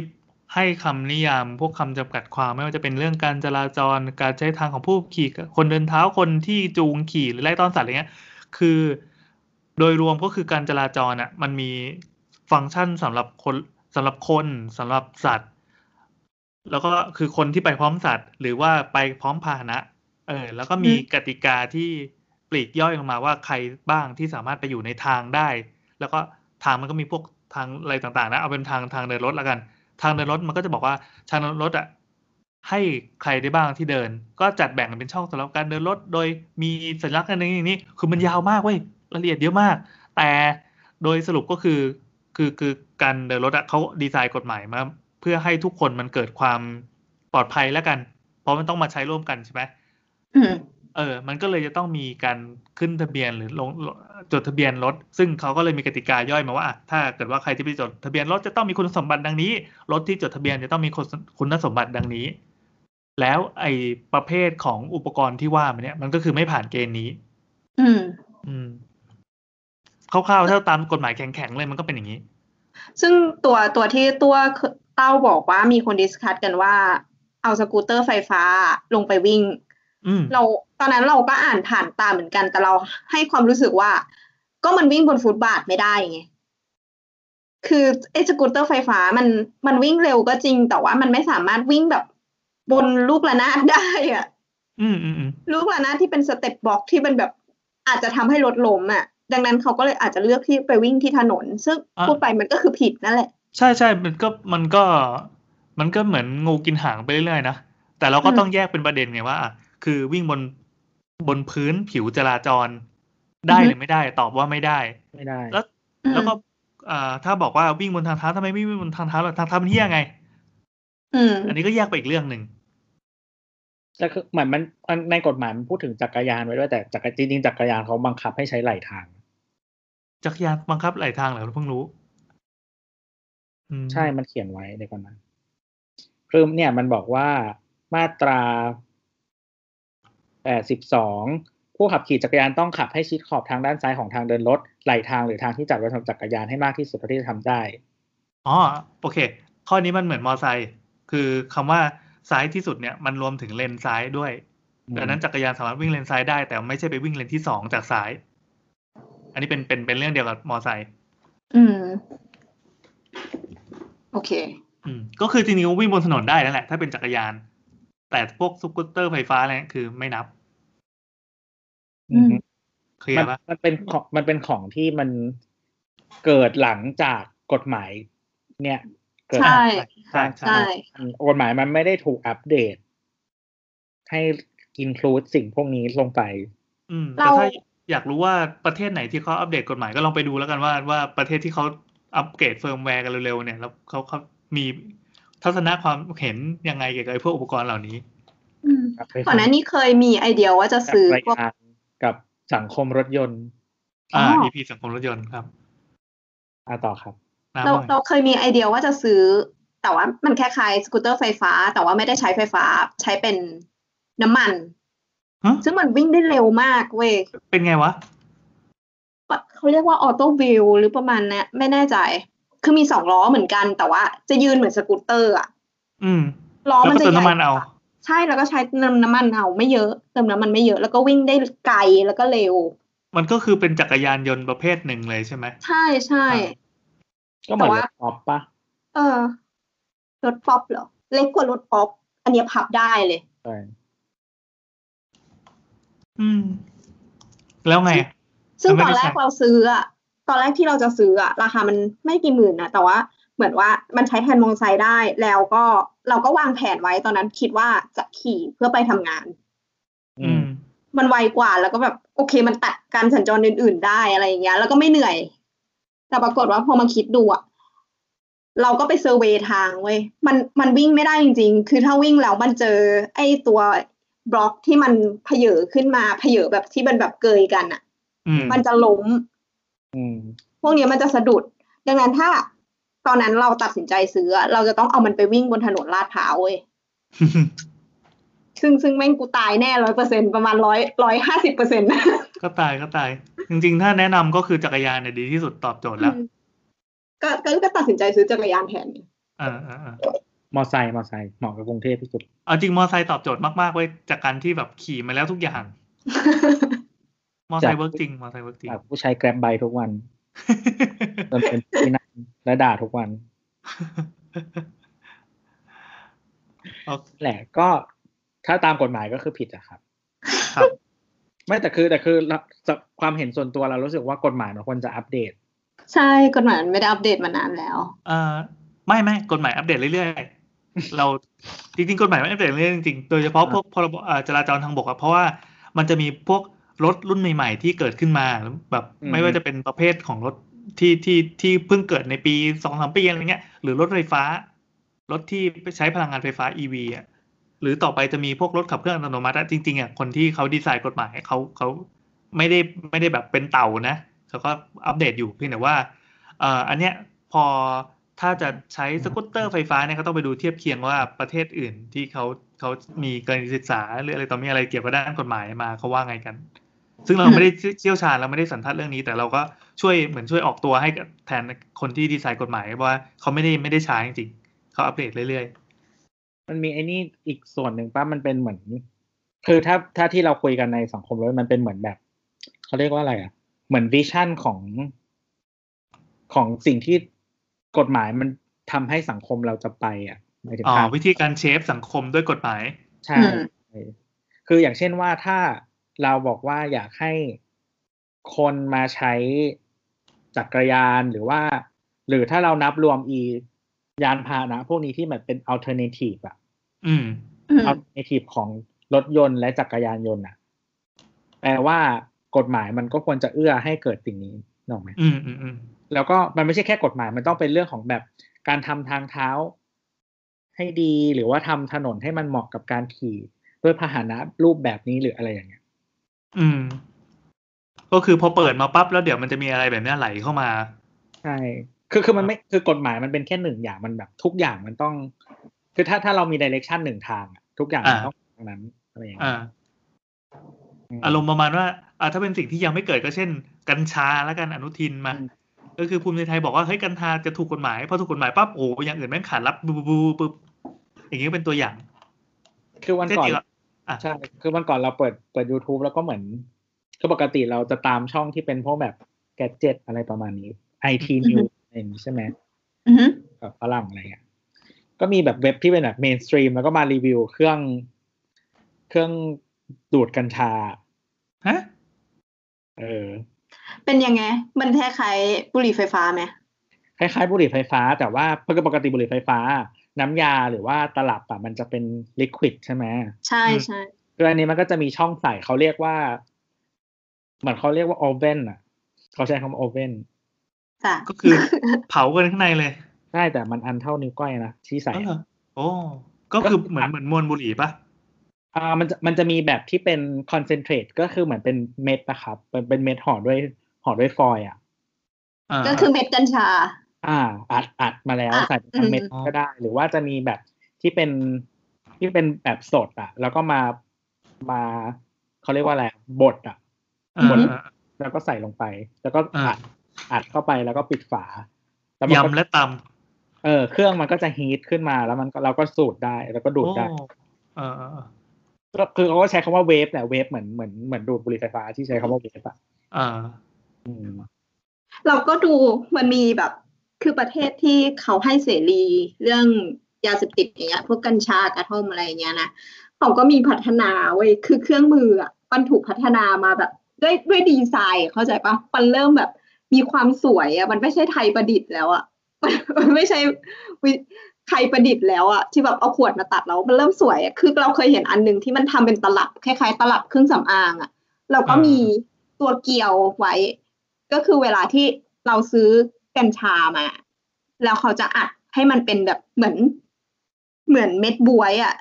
Speaker 2: ให้คำนิยามพวกคำจำกัดความไม่ว่าจะเป็นเรื่องการจราจรการใช้ทางของผู้ขี่ คนเดินเท้าคนที่จูงขี่หรือไล่ต้อนสัตว์อะไรเงี้ย คือโดยรวมก็คือการจราจรอ่ะมันมีฟังก์ชันสำหรับคนสำหรับคนสำหรับสัตว์ แล้วก็คือคนที่ไปพร้อมสัตว์ หรือว่าไปพร้อมพาหนะ เออแล้วก็มี
Speaker 3: อืม
Speaker 2: กติกาที่ปลีกย่อยลงมาว่าใครบ้างที่สามารถไปอยู่ในทางได้ แล้วก็ทางมันก็มีพวกทางอะไรต่างๆนะเอาเป็นทางทางเดินรถละกัน ทางเดินรถมันก็จะบอกว่าทางเดินรถอ่ะให้ใครได้บ้างที่เดิน ก็จัดแบ่งเป็นช่องสำหรับการเดินรถ โดยมีสัญลักษณ์อันนี้อย่างนี้คือมันยาวมากเว้ยรายละเอียดเยอะมาก แต่โดยสรุปก็คือคือคือการเดินรถอะเขาดีไซน์กฎหมายมาเพื่อให้ทุกคนมันเกิดความปลอดภัยแล้วกัน เพราะมันต้องมาใช้ร่วมกันใช่ไหม
Speaker 3: อืม
Speaker 2: เออ มันก็เลยจะต้องมีการขึ้นทะเบียนหรือลงลงจดทะเบียนรถ ซึ่งเขาก็เลยมีกติกาย่อยมาว่าอ่ะถ้าเกิดว่าใครที่ไปจดทะเบียนรถจะต้องมีคุณสมบัติดังนี้ รถที่จดทะเบียนจะต้องมีคุณคุณสมบัติดังนี้ แล้วไอ้ประเภทของอุปกรณ์ที่ว่ามาเนี่ยมันก็คือไม่ผ่านเกณฑ์นี้
Speaker 3: อืม
Speaker 2: อืม คร่าวๆถ้าตามกฎหมายแข็งๆเลยมันก็เป็นอย่างนี้
Speaker 3: ซึ่งตัวตัวที่ตัวเต้าบอกว่ามีคนดิสคัตกันว่า เอาสกูตเตอร์ไฟฟ้าลงไปวิ่ง
Speaker 2: อืม
Speaker 3: เราตอนนั้นเราก็อ่านผ่านตาเหมือนกัน แต่เราให้ความรู้สึกว่า ก็มันวิ่งบนฟุตบาทไม่ได้ไงคือไอ้สกูตเตอร์ไฟฟ้ามันมันวิ่งเร็วก็จริง แต่ว่ามันไม่สามารถวิ่งแบบบนลูกระนาดได้อะ
Speaker 2: อืมอืมอืม
Speaker 3: ลูกระนาดที่เป็นสเต็ปบล็อกที่มันแบบอาจจะทำให้รถล้มอ่ะ ดังนั้นเขาก็เลยอาจจะเลือกที่ไปวิ่งที่ถนน ซึ่งพูดไปมันก็คือผิดนั่นแหละ
Speaker 2: ใช่ใช่มันก็มันก็ มันก็เหมือนงูกินหางไปเรื่อยๆนะ แต่เราก็
Speaker 3: อืม
Speaker 2: ต้องแยกเป็นประเด็นไงว่าอ่ะคือวิ่งบนบนพื้นผิวจราจร ได้หรือไม่ได้ ตอบว่าไม่ได้
Speaker 4: ไม่ได้
Speaker 2: แล้ว แล้วก็อ่าถ้าบอกว่าวิ่งบนทางเท้าทำไมไม่วิ่งบนทางเท้าล่ะทางเท้ามันเหี้ยไง
Speaker 3: อืม
Speaker 2: อันนี้ก็แยกไปอีกเรื่องหนึ่ง
Speaker 4: แต่คือเหมือนมันมันในกฎหมายมันพูดถึงจักรยานไว้ด้วยแต่จักรจริงๆจักรยานเขาบังคับให้ใช้ไหลทาง
Speaker 2: จักรยานบังคับหลายทางเหรอเพิ่งรู้อืม
Speaker 4: ใช่มันเขียนไว้เดี๋ยวก่อนนะคือเนี่ยมันบอกว่ามาตราแปดสิบสองผู้ขับขี่จักรยานต้องขับให้ชิดขอบทางด้านซ้ายของทางเดินรถไหลทางหรือทางที่จัดไว้สำหรับจักรยานให้มากที่สุดเท่าที่จะทำได้
Speaker 2: อ๋อโอเค ข้อนี้มันเหมือนมอไซค์คือคำว่าซ้ายที่สุดเนี่ย มันรวมถึงเลนซ้ายด้วย ดังนั้นจักรยานสามารถวิ่งเลนซ้ายได้ แต่ไม่ใช่ไปวิ่งเลนที่สองจากซ้าย อันนี้เป็นเป็นเป็นเรื่องเดียวกับมอไซค์
Speaker 3: อืม โอเค
Speaker 2: อืมก็คือจริงๆก็วิ่งบนถนนได้นั่นแหละ ถ้าเป็นจักรยาน แต่พวกสกูตเตอร์ไฟฟ้าอะไรเนี่ยคือไม่นับ
Speaker 4: อืม
Speaker 2: เคลีย
Speaker 4: มัน
Speaker 2: ร์ปะ
Speaker 4: มันเป็นของมันเป็นของที่มันเกิดหลังจากกฎหมาย เนี่ยเกิด
Speaker 3: ใช่
Speaker 2: ใช่
Speaker 3: ใช่
Speaker 2: ใช่
Speaker 4: กฎหมายมันไม่ได้ถูกอัปเดต ให้อินคลูดสิ่งพวกนี้ลงไป
Speaker 2: อืมแต่
Speaker 3: เรา
Speaker 2: ถ้าอยากรู้ว่าประเทศไหนที่เขาอัปเดตกฎหมายก็ลองไปดูแล้วกันว่าว่าประเทศที่เขาอัปเกรดเฟิร์มแวร์กันเร็วๆเนี่ยแล้วเขาเขามีทัศนะความเห็นยังไงเกี่ยวกับไอ้พวกอุปกรณ์เหล่านี้
Speaker 3: อืม
Speaker 4: ครับ
Speaker 3: ก่อนหน้านี้เคยมีไอเดียว่าจะ
Speaker 4: จาก
Speaker 3: ซื้อ
Speaker 4: ราย
Speaker 3: พวก
Speaker 4: การกับสังคมรถยนต์
Speaker 2: อ่า
Speaker 3: อ๋อ
Speaker 2: EP สังคมรถยนต์ครับ
Speaker 4: อ่ะต่อครับ
Speaker 2: น้ำ
Speaker 3: เรา
Speaker 2: หน่อย
Speaker 3: เราเคยมีไอเดียว่าจะซื้อ แต่ว่ามันคล้ายๆสกูตเตอร์ไฟฟ้า แต่ว่าไม่ได้ใช้ไฟฟ้าใช้เป็นน้ำมัน
Speaker 2: ฮะ
Speaker 3: ซึ่งมันวิ่งได้เร็วมากเว้ย
Speaker 2: เป็นไงวะ
Speaker 3: เขาเรียกว่าออโต้วิวหรือประมาณเนี้ยไม่แน่ใจ คือมีสองล้อเหมือนกัน แต่ว่าจะยืนเหมือนสกูตเตอร์อะ
Speaker 2: อืม
Speaker 3: ล้อ
Speaker 2: แล้ว
Speaker 3: มัน
Speaker 2: ก็
Speaker 3: จะ
Speaker 2: เติม
Speaker 3: ใหญ่
Speaker 2: น้ำมันเอา
Speaker 3: ใช่แล้วก็ใช้เติมน้ำมันเอาไม่เยอะเติมน้ำมันไม่เยอะแล้วก็วิ่งได้ไกลแล้วก็เร็ว
Speaker 2: มันก็คือเป็นจักรยานยนต์ประเภทหนึ่งเลยใช่ไหม
Speaker 3: ใช่ใช่
Speaker 2: อ่า
Speaker 4: ก็เหมือน
Speaker 3: แต่
Speaker 4: ร
Speaker 3: ว่า
Speaker 4: ถออฟปะ
Speaker 3: เออรถป๊อปเหรอ เล็กกว่ารถป๊อปอันเนี้ยพับได้เลย
Speaker 4: ใช่
Speaker 2: อืม แล้วไง
Speaker 3: ซึ่ง
Speaker 2: แต่
Speaker 3: ต
Speaker 2: ไม่
Speaker 3: อน
Speaker 2: ได้
Speaker 3: แร
Speaker 2: ใช้
Speaker 3: กเราซื้ออะตอนแรกที่เราจะซื้ออะราคามันไม่กี่หมื่นนะแต่ว่าเหมือนว่ามันใช้แทนมอเตอร์ไซค์ได้ แล้วก็เราก็วางแผนไว้ตอนนั้นคิดว่าจะขี่เพื่อไปทำงาน
Speaker 4: อื
Speaker 2: อื
Speaker 4: ม
Speaker 2: ม
Speaker 3: มันไวกว่าแล้วก็แบบโอเคมันตัดการสัญจรอื่น ๆ ได้อะไรอย่างเงี้ย แล้วก็ไม่เหนื่อย แต่ปรากฏว่าพอมาคิดดูอะเราก็ไปเซอร์เวย์ทางเว้ยมันมันวิ่งไม่ได้จริง ๆ คือถ้าวิ่งแล้วมันเจอ ไอ้ตัวบล็อกที่มันเพเยอขึ้นมาเพเยอแบบที่มันแบบเกยกันอะ
Speaker 2: อืม
Speaker 3: มันจะล้ม
Speaker 4: อืม
Speaker 3: พวกเนี้ยมันจะสะดุด ดังนั้นถ้าตอนนั้นเราตัดสินใจซื้ออะเราจะต้องเอามันไปวิ่งบนถนนลาดพร้าวเว้ย ซึ่งซึ่งแม่งกูตายแน่ร้อยเปอร์เซ็นประมาณร้อยร้อยห้าสิบเปอร์เซ็นต์
Speaker 2: ก็ตายก็ตาย จริงๆ ถ้าแนะนำก็คือจักรยานเนี่ยดีที่สุดตอบโจทย์แล้ว
Speaker 3: ก็ก็ก็ตัดสินใจซื้อจักรยานแทน
Speaker 2: เออเออเออ
Speaker 4: มอไซค์มอไซค์เหมาะกับกรุงเทพที่สุด
Speaker 2: เอาจริงมอไซค์ตอบโจทย์มากๆเว้ยจากการที่แบบขี่มาแล้วทุกอย่าง มอไซ
Speaker 4: จาก
Speaker 2: ค์เวิร์กจริง มอไซค์เวิร์กจริง
Speaker 4: แบบผู้ใช้แกร็บไบทุกวันจนเป็นที่นั่งและด่าทุกวัน
Speaker 2: โอ เค
Speaker 4: แหละก็ถ้าตามกฎหมายก็คือผิดอะครับ
Speaker 2: ครับ
Speaker 4: ไม่แต่คือแต่คือเราความเห็นส่วนตัวเรารู้สึกว่ากฎหมายมันควรจะอัปเดต
Speaker 3: ใช่กฎหมายมันไม่ได้อัปเดตมานานแล้ว
Speaker 2: เอ่อไม่ไม่กฎหมายอัปเดตเรื่อยๆ เราจริงๆกฎหมายมันอัปเดตเรื่อยๆจริงๆโดยเฉพาะพวกพรบเอ่อจราจรทางบกอะเพราะว่ามันจะมีพวกรถรุ่นใหม่ๆ ที่เกิดขึ้นมาแบบ
Speaker 4: อืม
Speaker 2: ไม่ว่าจะเป็นประเภทของรถที่ที่ที่เพิ่งเกิดในปีสองสามปีอะไรเงี้ยหรือรถไฟฟ้า รถที่ใช้พลังงานไฟฟ้า EV อ่ะหรือต่อไปจะมีพวกรถขับเคลื่อนอัตโนมัติอะจริงๆอ่ะคนที่เขาดีไซน์กฎหมายเขาเขาไม่ได้ไม่ได้แบบเป็นเต่านะเขาก็อัปเดตอยู่เพียงแต่ว่า เอ่ออันเนี้ยพอถ้าจะใช้สกูตเตอร์ไฟฟ้าเนี่ยก็ต้องไปดูเทียบเคียงว่าประเทศอื่นที่เขาเขามีการศึกษาหรืออะไรต่อมีอะไรเกี่ยวกับด้านกฎหมายมาเขาว่าไงกัน ซึ่งเราไม่ได้เชี่ยวชาญเราไม่ได้สันทัดเรื่องนี้ แต่เราก็ช่วยเหมือนช่วยออกตัวให้กับแทนคนที่ดีไซน์กฎหมายว่าเขาไม่ได้ไม่ได้ใช้จริงๆเขาอัปเดตเรื่อย
Speaker 4: มันมีไอ้นี่อีกส่วนหนึ่งป้ามันเป็นเหมือน คือถ้าถ้าที่เราคุยกันในสังคมแล้วมันเป็นเหมือนแบบเขาเรียกว่าอะไรอ่ะ เหมือนวิชั่นของของสิ่งที่กฎหมายมันทำให้สังคมเราจะไปอ่ะหมายถึ
Speaker 2: ๆ
Speaker 4: ง
Speaker 2: อ๋อ
Speaker 4: ภาพ
Speaker 2: วิธีการเชฟสังคมด้วยกฎหมาย
Speaker 4: ใช่
Speaker 3: อืม
Speaker 4: ใช่คืออย่างเช่นว่าถ้าเราบอกว่าอยากให้คนมาใช้จักรยานหรือว่า หรือถ้าเรานับรวมอียานพาหนะ พวกนี้ที่เหมือนเป็นอัลเทอร์เนทีฟอ่ะ
Speaker 2: อืม
Speaker 3: อืม
Speaker 4: อัลเทอร์เนทีฟของรถยนต์และจักรยานยนต์อ่ะ แปลว่ากฎหมายมันก็ควรจะเอื้อให้เกิดสิ่งนี้นกออกไหม
Speaker 2: อืมอืมอืม
Speaker 4: แล้วก็มันไม่ใช่แค่กฎหมายมันต้องเป็นเรื่องของแบบการทำทางเท้า ให้ดีหรือว่าทำถนนให้มันเหมาะกับการขี่ด้วยพาหนะรูปแบบนี้หรืออะไรอย่างเงี้ย
Speaker 2: อืม ก็คือพอเปิดมาปั๊บแล้วเดี๋ยวมันจะมีอะไรแบบเนี้ยไหลเข้ามา
Speaker 4: ใช่ คือคือมันไม่คือกฎหมายมันเป็นแค่หนึ่งอย่างมันแบบ ทุกอย่างมันต้อง คือถ้าถ้าเรามีดิเรกชันหนึ่งทางอะทุกอย่างมัน
Speaker 2: อ่า
Speaker 4: ต้องทางนั้นอะไรอย่างเงี้ย
Speaker 2: อ่า อารมณ์ประมาณว่าอ่าถ้าเป็นสิ่งที่ยังไม่เกิดก็เช่น กัญชาและกันอนุทินมา ก็คือภูมิใจไทยบอกว่าเฮ้ยกัญชาจะถูกกฎหมายพอถูกกฎหมายปั๊บโอ้โหอย่างอื่นแม่งขาดรับบูบูบูปุ๊บอย่างนี้ก็เป็นตัวอย่าง
Speaker 4: คือวัน
Speaker 2: เช่น
Speaker 4: ก่อน
Speaker 2: เดียวกับอ่ะ
Speaker 4: ใช่ คือวันก่อนเราเปิดเปิด YouTube แล้วก็เหมือนคือปกติเราจะตามช่องที่เป็นพวกแบบแกดเจ็ตอะไรประมาณนี้ไอ ทีนิวอะไรอย่างนี้ใช่ไหม
Speaker 3: อืม
Speaker 4: แบบฝรั่งอะไรเงี้ยก็มีแบบเว็บที่เป็นแบบเมนสตรีมแล้วก็มารีวิวเครื่องเครื่องดูดกัญชา
Speaker 2: ฮะ
Speaker 4: เออ
Speaker 3: เป็นยังไง มันคล้ายๆบุหรี่ไฟฟ้าไหม
Speaker 4: คล้ายๆบุหรี่ไฟฟ้า แต่ว่าปกติบุหรี่ไฟฟ้า น้ำยาหรือว่าตลับอะมันจะเป็นลิควิดใช่ไหม
Speaker 3: ใช่ใช่
Speaker 4: คืออันนี้มันก็จะมีช่องใส่เขาเรียกว่าเหมือนเขาเรียกว่าโอเว่นอ่ะ เขาใช้คำโอเว่น
Speaker 3: จ้ะ
Speaker 2: ก็คือเผากันข้างในเลย
Speaker 4: ใช่แต่มันอันเท่านิ้วก้อยนะที่ใส่
Speaker 2: อ๋อเหร
Speaker 4: อะ
Speaker 2: อโอ้ก็คือเหมือนเหมือนมวนบุหรี่ปะ
Speaker 4: อ่ามันจะมันจะมีแบบที่เป็นคอนเซนเทรตก็คือเหมือนเป็นเม็ดนะครับเป็นเป็นเม็ดห่อด้วยห่อด้วยฟอยล์อ่ะ
Speaker 2: า
Speaker 3: ก็คือเม็ดกัญชา
Speaker 4: อ่า อัดอัดมาแล้ว
Speaker 3: อ่ะ
Speaker 4: ใส่ทั้งเม็ด
Speaker 3: อืม
Speaker 4: ก็ได้ หรือว่าจะมีแบบที่เป็นที่เป็นแบบสดอ่ะ แล้วก็มามาเขาเรียกว่าอะไรบดอ่ะ
Speaker 2: อ่า
Speaker 4: หมด
Speaker 2: อ่า
Speaker 4: แล้วก็ใส่ลงไป แล้วก็
Speaker 2: อ่า
Speaker 4: อัดอัดเข้าไปแล้วก็ปิดฝาแล้วมันก็
Speaker 2: ยำและต
Speaker 4: เออเครื่องมันก็จะฮีทขึ้นมาแล้วมันก็เราก็สูดได้แล้วก็
Speaker 2: ำ
Speaker 4: ดูดได้
Speaker 2: โอ้เออเออเออ
Speaker 4: ก็คือเขาก็ใช้คำว่าเวฟแหละเวฟเหมือนเหมือนเหมือนดูดบุหรี่ไฟฟ้าที่ใช้คำว่าเวฟอ่ะ
Speaker 2: อ่า
Speaker 4: อืม
Speaker 3: เราก็ดูมันมีแบบคือประเทศที่เขาให้เสรีเรื่องยาเสพติดอย่างเงี้ยพวกกัญชากระท่อมอะไรอย่างเงี้ยนะเขาก็มีพัฒนาเว้ยคือเครื่องมืออะมันถูกพัฒนามาแบบ ด้วยด้วยดีไซน์เข้าใจปะมันเริ่มแบบมีความสวยอะมันไม่ใช่ไทยประดิษฐ์แล้วอะมันมัน ไม่ใช่วิไทยประดิษฐ์แล้วอะที่แบบเอาขวดมาตัดแล้วมันเริ่มสวยอะคือเราเคยเห็นอันหนึ่งที่มันทำเป็นตลับคล้ายๆ ตลับเครื่องสำอางอะเราก็มีตัวเกลียวไว้ ก็คือเวลาที่เราซื้อกัญชามา แล้วเขาจะอัดให้มันเป็นแบบเหมือน เหมือนเม็ดบวยอะ่ะ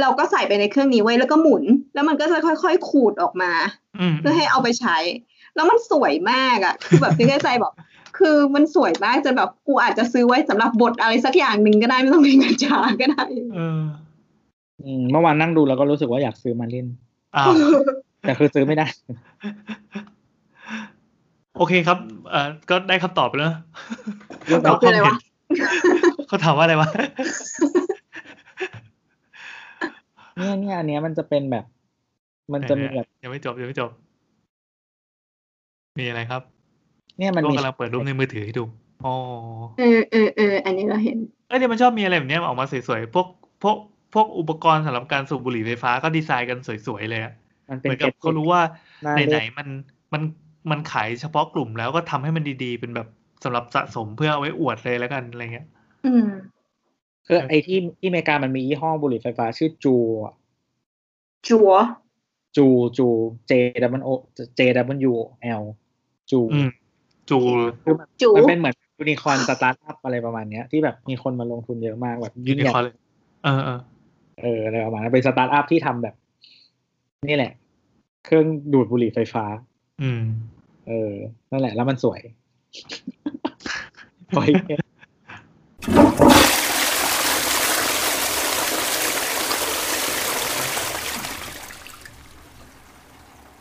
Speaker 3: เราก็ใส่ไปในเครื่องนี้ไว้แล้วก็หมุน แล้วมันก็จะค่อยๆขูดออกมา
Speaker 2: อืม
Speaker 3: เพื่อให้เอาไปใช้ แล้วมันสวยมากอะ่ะ คือแบบนึกในใจบอก คือมันสวยมากจนแบบกูอาจจะซื้อไว้สำหรับบทอะไรสักอย่างหนึ่งก็ได้ไม่ต้องเป็นกัญชาก็ได้
Speaker 2: เออ
Speaker 4: อืมเมื่อวานนั่งดูแล้วก็รู้สึกว่าอยากซื้อมาเล่น
Speaker 2: อ้าว
Speaker 4: แต่คือซื้อไม่ได้
Speaker 2: โอเคครับ เอ่อ ก็ได้คำตอบแล้ว
Speaker 4: คำตอบ
Speaker 2: เาเห็น เขาถามว่าอะไรวะ
Speaker 4: เนี่ยเนี่ยอันเนี้ยมันจะเป็นแบบ มันจะมีแบบ
Speaker 2: ยังไม่จบยังไม่จบ มีอะไรครับ
Speaker 4: เนี่ยมัน
Speaker 2: ก็
Speaker 4: มี
Speaker 2: กำลังเปิดรูปในมือถือให้ดูอ๋อ
Speaker 3: เออเออเอออันนี้เราเห็น
Speaker 2: เอ้ยเดี๋ยวมันชอบมีอะไรแบบเนี้ยออกมาสวยๆ พวกพวกพวกอุปกรณ์สำหรับการสูบบุหรี่ไฟฟ้าก็ดีไซน์กันสวยๆเลยอะ
Speaker 4: มัน
Speaker 2: เห
Speaker 4: เป็น
Speaker 2: มือนกับ
Speaker 4: ทคนิค
Speaker 2: เขารู้ว่า
Speaker 4: หน้า
Speaker 2: ไหน
Speaker 4: เล่
Speaker 2: ๆ
Speaker 4: ม
Speaker 2: มันมันมันขายเฉพาะกลุ่มแล้วก็ทำให้มันดีๆ เป็นแบบสำหรับสะสมเพื่อเอาไว้อวดเลยแล้วกันอะไรเงี้ย
Speaker 3: อืม
Speaker 4: คือไอ้ที่ที่อเมริกามันมียี่ห้อบุหรี่ไฟฟ้าชื่อจูอะ
Speaker 3: จัว
Speaker 4: จูจู J W O J W L จู
Speaker 2: อืม จู
Speaker 3: จู
Speaker 4: มันเป็นเหมือนยูนิคอนสตาร์ทอัพอะไรประมาณเนี้ยที่แบบมีคนมาลงทุนเยอะมากแบบ
Speaker 2: ยู
Speaker 4: ยิ่ง
Speaker 2: นิ
Speaker 4: ใหญ่
Speaker 2: คอร์นเลยเออเออ
Speaker 4: เอออะไรประมาณนั้นเป็นสตาร์ทอัพที่ทำแบบ นี่แหละ เครื่องดูดบุหรี่ไฟฟ้า
Speaker 2: อืม
Speaker 4: เออ นั่นแหละ แล้วมันสวย ไป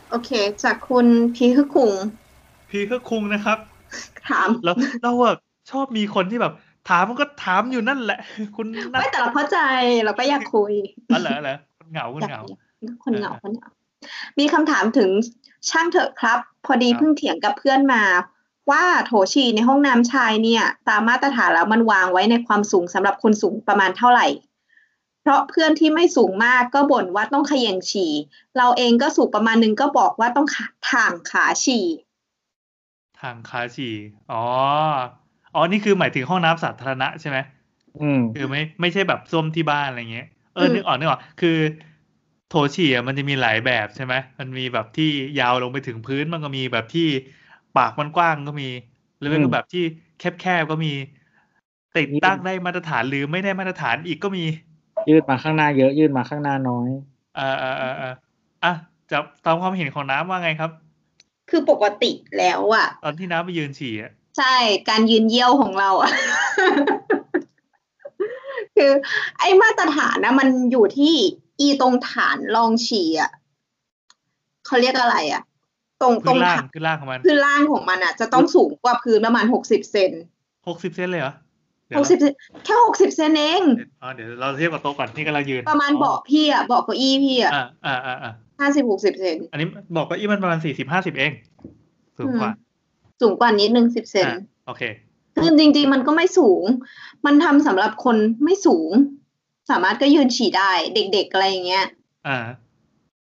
Speaker 3: โอเค จากคุณพีฮึกคุง
Speaker 2: พีก็คุงนะครับ
Speaker 3: ถาม
Speaker 2: แล้วเราอะชอบมีคนที่แบบ ถามมันก็ถามอยู่นั่นแหละ คุณนัท
Speaker 3: ไม่แต่เราเข้าใจเราก็อยากคุย
Speaker 2: อ๋อเหรอเหรอคนเหงาคน
Speaker 3: อยา
Speaker 2: เห
Speaker 3: ก
Speaker 2: งา
Speaker 3: คนเหงาคนเหงามีคำถามถึงช่างเถอะครับ พอดี
Speaker 2: ครับ
Speaker 3: เพิ่งเถียงกับเพื่อนมา ว่าโถฉี่ในห้องน้ำชายเนี่ย ตามมาตรฐานแล้วมันวางไว้ในความสูงสำหรับคนสูงประมาณเท่าไหร่ เพราะเพื่อนที่ไม่สูงมากก็บ่นว่าต้องเขย่งฉี่ เราเองก็สูงประมาณนึงก็บอกว่าต้องขาถ่างขาฉี่
Speaker 2: ทางคาชีอ๋ออ๋อนี่คือหมายถึงห้องน้ำสาธารณะใช่ไหม
Speaker 4: อืม
Speaker 2: คือไม่ไม่ใช่แบบส้วมที่บ้านอะไรเงี้ย เออ
Speaker 3: อืม
Speaker 2: นึกออกนึกออกคือ โถฉี่อะมันจะมีหลายแบบใช่ไหมมันมีแบบที่ยาวลงไปถึงพื้นมันก็มีแบบที่ปากมันกว้างก็มีหรือไม่
Speaker 4: อื
Speaker 2: ก็
Speaker 4: ม
Speaker 2: แบบที่แคบๆก็มี ติด
Speaker 4: อืม
Speaker 2: ตั้งได้มาตรฐานหรือไม่ได้มาตรฐานอีกก็มี
Speaker 4: ยืดมาข้างหน้าเยอะ ยืดมาข้างหน้าน้อย
Speaker 2: เออเออเออเอออ่ะจะตามความเห็นของน้ำว่าไงครับ
Speaker 3: คือปกติแล้วอ่ะ
Speaker 2: ตอนที่น้ำไปยืนฉี่อะ
Speaker 3: ใช่การยืนเยี่ยวของเราอะ คือไอ้มาตรฐานนะมันอยู่ที่อีตรงฐานรองฉี่อะเขาเรียกอะไรอะตรงต
Speaker 2: ขึ้
Speaker 3: ร
Speaker 2: น
Speaker 3: ง
Speaker 2: ล่าง
Speaker 3: ฐาน
Speaker 2: ขึ้นล่างของมัน
Speaker 3: คือล่างของมันอะจะต้องสูงกว่าพื้นประมาณหกสิบเซน
Speaker 2: หกสิบเซนเลยเหรอเดี๋ยว
Speaker 3: หกสิบแค่หกสิบเซนเอง
Speaker 2: อ๋อเดี๋ยวเราเทียบกับโต๊ะก่อนที่กำลังยืน
Speaker 3: ประมาณเบาะพี่อะเบาะเก้าอี้พี่อะ
Speaker 2: อ่าอ่าอ่าอ่า
Speaker 3: ห้าสิบหกสิบเซน
Speaker 2: อันนี้บอกเก็อีมันประมาณสี่สิบห้าสิบเองสูงกว่า
Speaker 3: อืมสูงกว่านิดนึงสิบเซน
Speaker 2: อ่ะ โอเค
Speaker 3: คือจริง ๆ มันก็ไม่สูง มันทำสำหรับคนไม่สูง สามารถก็ยืนฉี่ได้ เด็กๆอะไรอย่างเงี้ย
Speaker 2: อ่า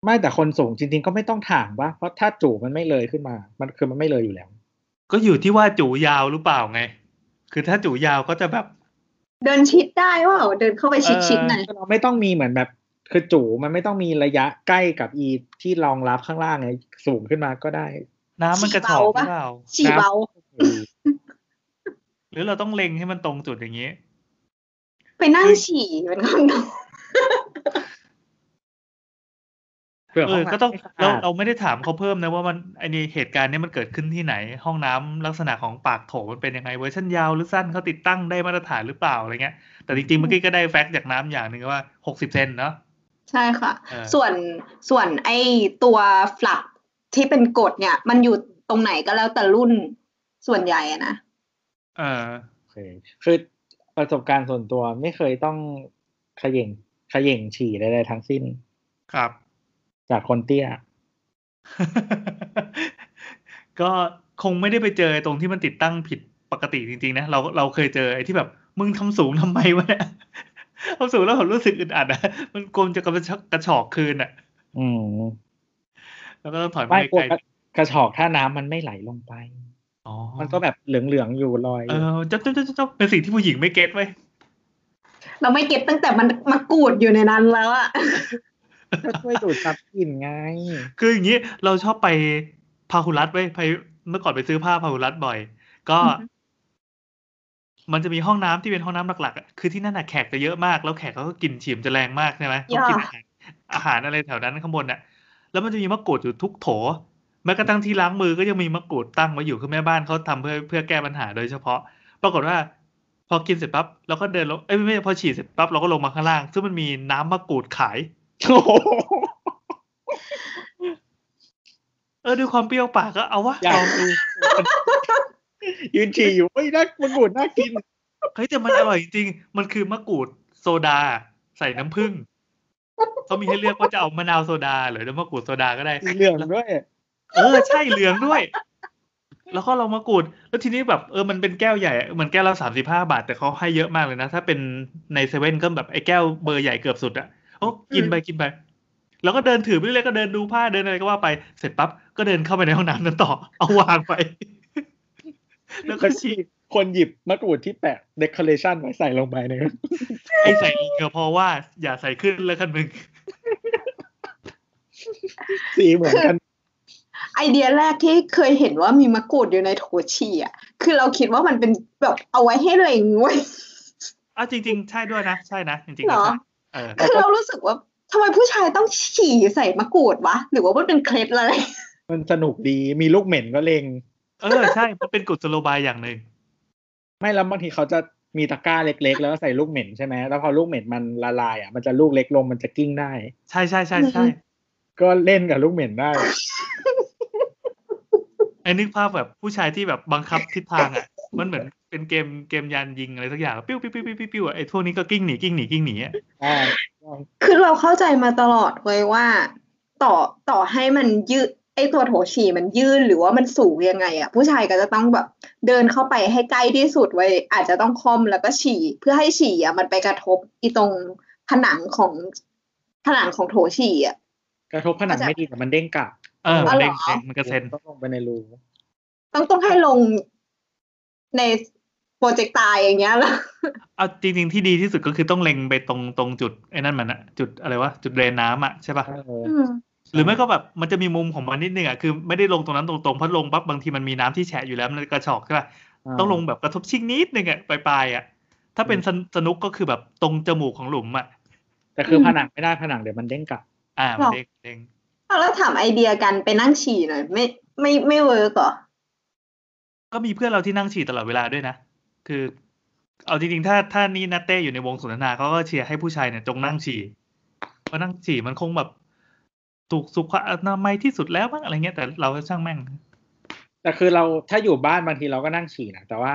Speaker 4: ไม่แต่คนสูงจริง ๆ ก็ไม่ต้องถ่างปะเพราะถ้าจู่มันไม่เลยขึ้นมา มันคือมันไม่เลยอยู่แล้ว
Speaker 2: ก็อยู่ที่ว่าจู่ยาวหรือเปล่าไง คือถ้าจู่ยาวก็จะแบบ
Speaker 3: เดินชิดได้ว่าเดินเข้าไปชิดชิดๆหน่อย
Speaker 4: เราไม่ต้องมีเหมือนแบบคือจู่มันไม่ต้องมีระยะใกล้กับอีที่รองรับข้างล่างไงสูงขึ้นมาก็ได้
Speaker 2: น้ำมันกระเถาะหรือเปล่า
Speaker 3: ฉี่เบา
Speaker 2: หรือเราต้องเล็งให้มันตรงจุดอย่างนี้
Speaker 3: ไปนั่งฉี่บนข้างนอก
Speaker 4: เผื่อ
Speaker 2: เอ
Speaker 4: ห้อ
Speaker 2: อง
Speaker 4: น้ำ
Speaker 2: ก็ต้อง
Speaker 4: ไม่สะ
Speaker 2: เรา
Speaker 4: อาด
Speaker 2: เราไม่ได้ถามเขาเพิ่มนะว่ามันไอนี่เหตุการณ์เนี้มันเกิดขึ้นที่ไหน ห้องน้ำลักษณะของปากโถมันเป็นยังไงเวอร์ชันยาวหรือสั้นเขาติดตั้งได้มาตรฐานหรือเปล่าอะไรเงี้ยแต่จริงๆเมื่อกี้ก็ได้แฟกต์จากน้ำอย่างหนึ่งว่าหกสิบเซนเนาะ
Speaker 3: ใช่ค่ะ
Speaker 2: เออ
Speaker 3: ส่วนส่วนไอตัวฟลักที่เป็นกรดเนี่ย มันอยู่ตรงไหนก็แล้วแต่รุ่นส่วนใหญ่อะนะ
Speaker 2: เออ
Speaker 4: โอเคคือประสบการณ์ส่วนตัวไม่เคยต้องเขย่งเขย่งฉี่ใดๆทั้งสิ้น
Speaker 2: ครับ
Speaker 4: จากคนเตี้ย
Speaker 2: ก็คงไม่ได้ไปเจอตรงที่มันติดตั้งผิดปกติจริงๆนะเราเราเคยเจอไอ้ที่แบบ มึงทำสูงทำไมวะเนี่ย ทำสูงแล้วผมรู้สึกอึดอัดอะ มันกลมจะกระชอกกระชอกคืนอะ
Speaker 4: อืม
Speaker 2: แล้วก็ต้องถอยมา
Speaker 4: ไม่กลัว
Speaker 2: ไกล
Speaker 4: กระกระชอกถ้าน้ำมันไม่ไหลลงไป
Speaker 2: ๆอ๋อ
Speaker 4: มันก็แบบเหลืองๆอยู่ลอยอ
Speaker 2: เอยู่ อจ๊อบจ๊อบจ๊อบจ๊อบเป็นสิ่งที่ผู้หญิงไม่เก็ตไว้ย
Speaker 3: เราไม่เก็ตตั้งแต่มันมากูดอยู่ในนั้นแล้วอะ
Speaker 4: ก็ช่วยดูดซับกลิ่นไง
Speaker 2: คืออย่างนี้เราชอบไปพาหุรัตไว้ยไปเมื่อก่อนไปซื้อผ้าพาหุรัตบ่อย ก็
Speaker 3: อือฮึ
Speaker 2: มันจะมีห้องน้ำที่เป็นห้องน้ำหลักๆอะคือที่นั่นน่ะแขกจะเยอะมากแล้วแขกเขาก็กลินฉี่มนจะแรงมากใช่ไหมต้องกินอาหารอาหารอะไรแถวนั้นข้างบนน่ะ แล้วมันจะมีมะกรูดอยู่ทุกโถ แม้กระทั่งที่ล้างมือก็ยังมีมะกรูดตั้งไว้อยู่คือแม่บ้านเขาทำเพื่อเพื่อแก้ปัญหาโดยเฉพาะ ปรากฏว่า พอกินเสร็จปั๊บเราก็เดินลงเอ้ยไม่ไม่พอฉี่เสร็จปั๊บเราก็ลงมาข้างล่าง ซึ่งมันมีน้ำมะกรูดขาย
Speaker 4: โอ้โห
Speaker 2: เออด้วยความเปรี้ยวปากก็เอาวะ
Speaker 4: อยากดูยืนฉี่อยู่เอ้ยน่ามะกรูดน่ากิน
Speaker 2: เฮ้ยแต่มันอร่อยจริงๆมันคือมะกรูดโซดา ใส่น้ำผึ้งเขามีให้เลือกว่าจะเอามะนาวโซดา หรือน้ำมะกรูดโซดาก็ได้
Speaker 4: สีเหลืองด้วย
Speaker 2: เออใช่เหลืองด้วย แล้วก็เรามะกรูด แล้วทีนี้แบบเออมันเป็นแก้วใหญ่เหมือนแก้วละสามสิบห้าบาท แต่เขาให้เยอะมากเลยนะ ถ้าเป็นในเซเว่นก็แบบไอ้แก้วเบอร์ใหญ่เกือบสุดอะโอ้กินไปกินไป แล้วก็เดินถือไปเรื่อยๆก็เดินดูผ้าเดินอะไรก็ว่าไปเสร็จปั๊บก็เดินเข้าไปในห้องน้ำนั้นต่อ เอา วางไป แล้วก็ฉี่
Speaker 4: คนหยิบมะกรูดที่แปะเดคอเรชันไว้ใส่ลงไปเนี่ย
Speaker 2: ไอใส่เกลือเพราะว่าอย่าใส่ขึ้นแล้วกันมึง
Speaker 4: สีเหมือนกัน
Speaker 3: ไอเดียแรกที่เคยเห็นว่ามีมะกรูดอยู่ในโถฉี่อ่ะ คือเราคิดว่ามันเป็นแบบเอาไว้ให้เลงเว้ย
Speaker 2: อ้าวจริง ๆ ใช่ด้วยนะ ใช่นะ จริงๆ
Speaker 3: เหรอ
Speaker 2: ก็ใช่เออ
Speaker 3: คือเรารู้สึกว่าทำไมผู้ชายต้องฉี่ใส่มะกรูดวะ หรือว่ามันเป็นเคล็ดอะไร
Speaker 4: มันสนุกดีมีลูกเหม็นก็เลง
Speaker 2: เออใช่ มันเป็นกุศโลบายอย่างหนึ่ง
Speaker 4: ไม่แล้วบางทีเขาจะมีตะกร้าเล็ก ๆ แล้วก็ใส่ลูกเหม็นใช่ไหมแล้วพอลูกเหม็นมันละลายอ่ะมันจะลูกเล็กลงมันจะกิ้งได้
Speaker 2: ใช่ใช่ใช่ใช่
Speaker 4: ก็เล่นกับลูกเหม็นได้
Speaker 2: ไอ้นึกภาพแบบผู้ชายที่แบบบังคับทิศทางอ่ะ มันเหมือนเป็นเกมเกมยานยิงอะไรสักอย่างปิ้วปิ้วปิ้วปิ้วปิ้วปิ้วอะไอ้พวกนี้ก็กิ้งหนีกิ้งหนีกิ้งหนีอะ
Speaker 4: อ่า
Speaker 3: คือเราเข้าใจมาตลอดเว้ยว่า ต่อต่อให้มันยืดไอตัวโถฉี่มันยืดหรือว่ามันสูงยังไงอะผู้ชายก็จะต้องแบบเดินเข้าไปให้ใกล้ที่สุดไว้ยอาจจะต้องคอมแล้วก็ฉี่ เพื่อให้ฉี่อะมันไปกระทบอีตรงผนังของผนังของโถฉี่อะ
Speaker 4: กระทบผนังไม่ดีแต่มันเด้งกลับ
Speaker 2: เออ
Speaker 3: อ๋อเหรอ
Speaker 2: เด้งเด้งมันกระเซ็น
Speaker 4: ต้องลงไปในรู
Speaker 3: ต้องต้องให้ลงในโปรเจกต์ตายอย่างเงี้ยแล้ว
Speaker 2: เอาจริง ๆ ที่ดีที่สุดก็คือต้องเล็งไปตรงตรงจุดไอ้นั่นมันอะจุดอะไรวะจุดเรนน้ำอะใช่ป่ะ
Speaker 4: เออ
Speaker 2: หรือไม่ก็แบบมันจะมีมุมของมันนิดนึงอ่ะคือไม่ได้ลงตรงนั้นตรงๆเพราะลงปั๊บบางทีมันมีน้ำที่แฉะอยู่แล้วมันกระชอกใช่ป่ะต้องลงแบบกระทบชิงนิดนึงอ่ะปลายๆอ่ะถ้าเป็นสนสนุกก็คือแบบตรงจมูกของหลุมอ่ะ
Speaker 4: แต่คือผนังไม่ได้ผนังเดี๋ยวมันเด้งกลับ
Speaker 2: อ่า
Speaker 3: หรอ
Speaker 2: เด้งเด้ง
Speaker 3: แล้วถามไอเดียกันไปนั่งฉี่หน่อยไม่ไม่ไม่เวิร์กเหรอ
Speaker 2: ก็มีเพื่อนเราที่นั่งฉี่ตลอดเวลาด้วยนะ คือ เอาจริงๆถ้าถ้านี่นาเต้อยู่ในวงสนทนาเขาก็เชียร์ให้ผู้ชายเนี่ยจงนั่งฉี่เพราะนั่งฉี่มันคงแบบถูกสุขอนามัยที่สุดแล้วบ้างอะไรเงี้ยแต่เราก็ช่างแม่ง
Speaker 4: แต่คือเราถ้าอยู่บ้านบางทีเราก็นั่งฉี่นะแต่ว่า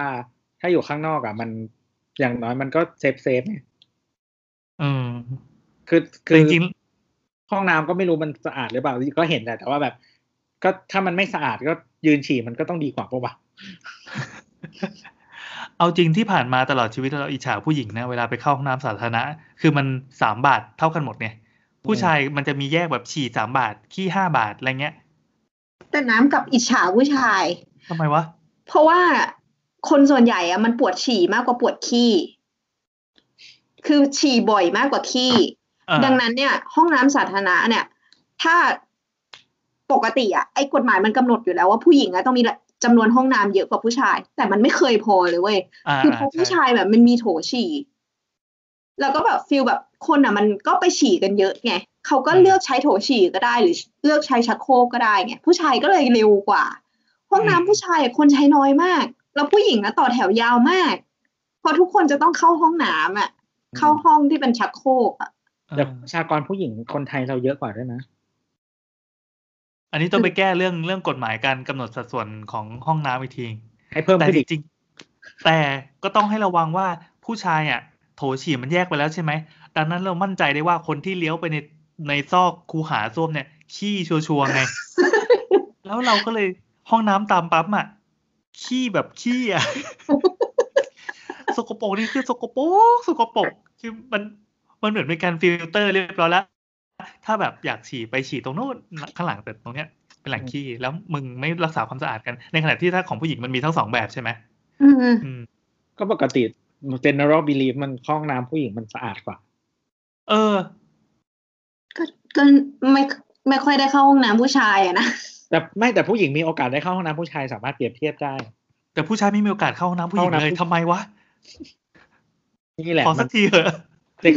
Speaker 4: ถ้าอยู่ข้างนอกอ่ะมันอย่างน้อยมันก็เซฟเซฟไง
Speaker 2: อืม
Speaker 4: คือคื
Speaker 2: แต่
Speaker 4: อ
Speaker 2: จริงๆ
Speaker 4: ห้องน้ำก็ไม่รู้มันสะอาดหรือเปล่าก็เห็นแหละแต่ว่าแบบ ก็ถ้ามันไม่สะอาดก็ยืนฉี่มันก็ต้องดีกว่าปะวะ
Speaker 2: เอาจริงที่ผ่านมาตลอดชีวิตเราอิจฉาผู้หญิงนะเวลาไปเข้าห้องน้ำสาธารณะ คือมันสามบาทเท่ากันหมดเนี่ย ผู้ชายมันจะมีแยกแบบฉี่สามบาทขี้ห้าบาทอะไรเงี้ย
Speaker 3: แต่น้ำกับอิจฉาผู้ชาย
Speaker 2: ทำไมวะ
Speaker 3: เพราะว่าคนส่วนใหญ่อะมันปวดฉี่มากกว่าปวดขี้ คือฉี่บ่อยมากกว่าขี้
Speaker 2: เออ
Speaker 3: ดังนั้นเนี่ย ห้องน้ำสาธารณะเนี่ย ถ้าปกติอะไอ้กฎหมายมันกำหนดอยู่แล้วว่าผู้หญิงอะต้องมีจำนวนห้องน้ำเยอะกว่าผู้ชาย แต่มันไม่เคยพอเลยเว้ย
Speaker 2: า
Speaker 3: คือพอผู้ชายแบบมันมีโถฉี่ แล้วก็แบบฟิลแบบคนอ่ะ มันก็ไปฉี่กันเยอะไงเขาก็เลือกใช้โถฉี่ก็ได้หรือเลือกใช้ชักโครกก็ได้ไงผู้ชายก็เลยเร็วกว่า ห้องน้ำผู้ชายคนใช้น้อยมาก แล้วผู้หญิงอะต่อแถวยาวมากเพราะทุกคนจะต้องเข้าห้องน้ำอ่ะ เข้าห้องที่เป็นชักโครกอ่ะ
Speaker 2: อ่า
Speaker 4: เดี๋ยวประชากรผู้หญิงคนไทยเราเยอะกว่าด้วยนะ
Speaker 2: อันนี้ต้องไปแก้เรื่องเรื่องกฎหมายการกำหนดสัดส่วนของห้องน้ำอีกที
Speaker 4: ให้เพิ่ม
Speaker 2: แต่
Speaker 4: ขึ้น
Speaker 2: จ
Speaker 4: อีก
Speaker 2: ริงๆแต่ก็ต้องให้ระวังว่าผู้ชายอ่ะ โถฉี่มันแยกไปแล้วใช่ไหม ดังนั้นเรามั่นใจได้ว่าคนที่เลี้ยวไปในในซอกคูหาส้วมเนี่ย ขี้ชัวร์ๆไง แล้วเราก็เลยห้องน้ำตามปั๊มอ่ะ ขี้แบบขี้อ่ะ สกปรกนี่คือสกปรกสกปรกคือมันมันเหมือนเป็นการฟิลเตอร์เรียบร้อยแล้ว ถ้าแบบอยากฉี่ไปฉี่ตรงโน้นข้างหลังแต่ตรงเนี้ยเป็นแหล่งขี้แล้วมึงไม่รักษาความสะอาดกัน ในขณะที่ถ้าของผู้หญิงมันมีทั้งสองแบบใช่ไหม
Speaker 3: อืม
Speaker 2: อืม
Speaker 4: ก็ปกติ general belief มันห้องน้ำผู้หญิงมันสะอาดกว่า
Speaker 2: เออ
Speaker 3: ก็ก็ไม่ไม่ค่อยได้เข้าห้องน้ำผู้ชายอะนะ
Speaker 4: แต่ไม่แต่ผู้หญิงมีโอกาสได้เข้าห้องน้ำผู้ชายสามารถเปรียบเทียบได้
Speaker 2: แต่ผู้ชายไม่มีโอกาสเข้าห้องน้ำผู้หญิง
Speaker 4: เข้าห้
Speaker 2: เล
Speaker 4: อง
Speaker 2: ย
Speaker 4: น้ำ
Speaker 2: ทำไมวะ
Speaker 4: นี่แหละ
Speaker 2: ขอ
Speaker 4: มั
Speaker 2: สั
Speaker 4: น
Speaker 2: กทีเถอะ
Speaker 4: เด็ก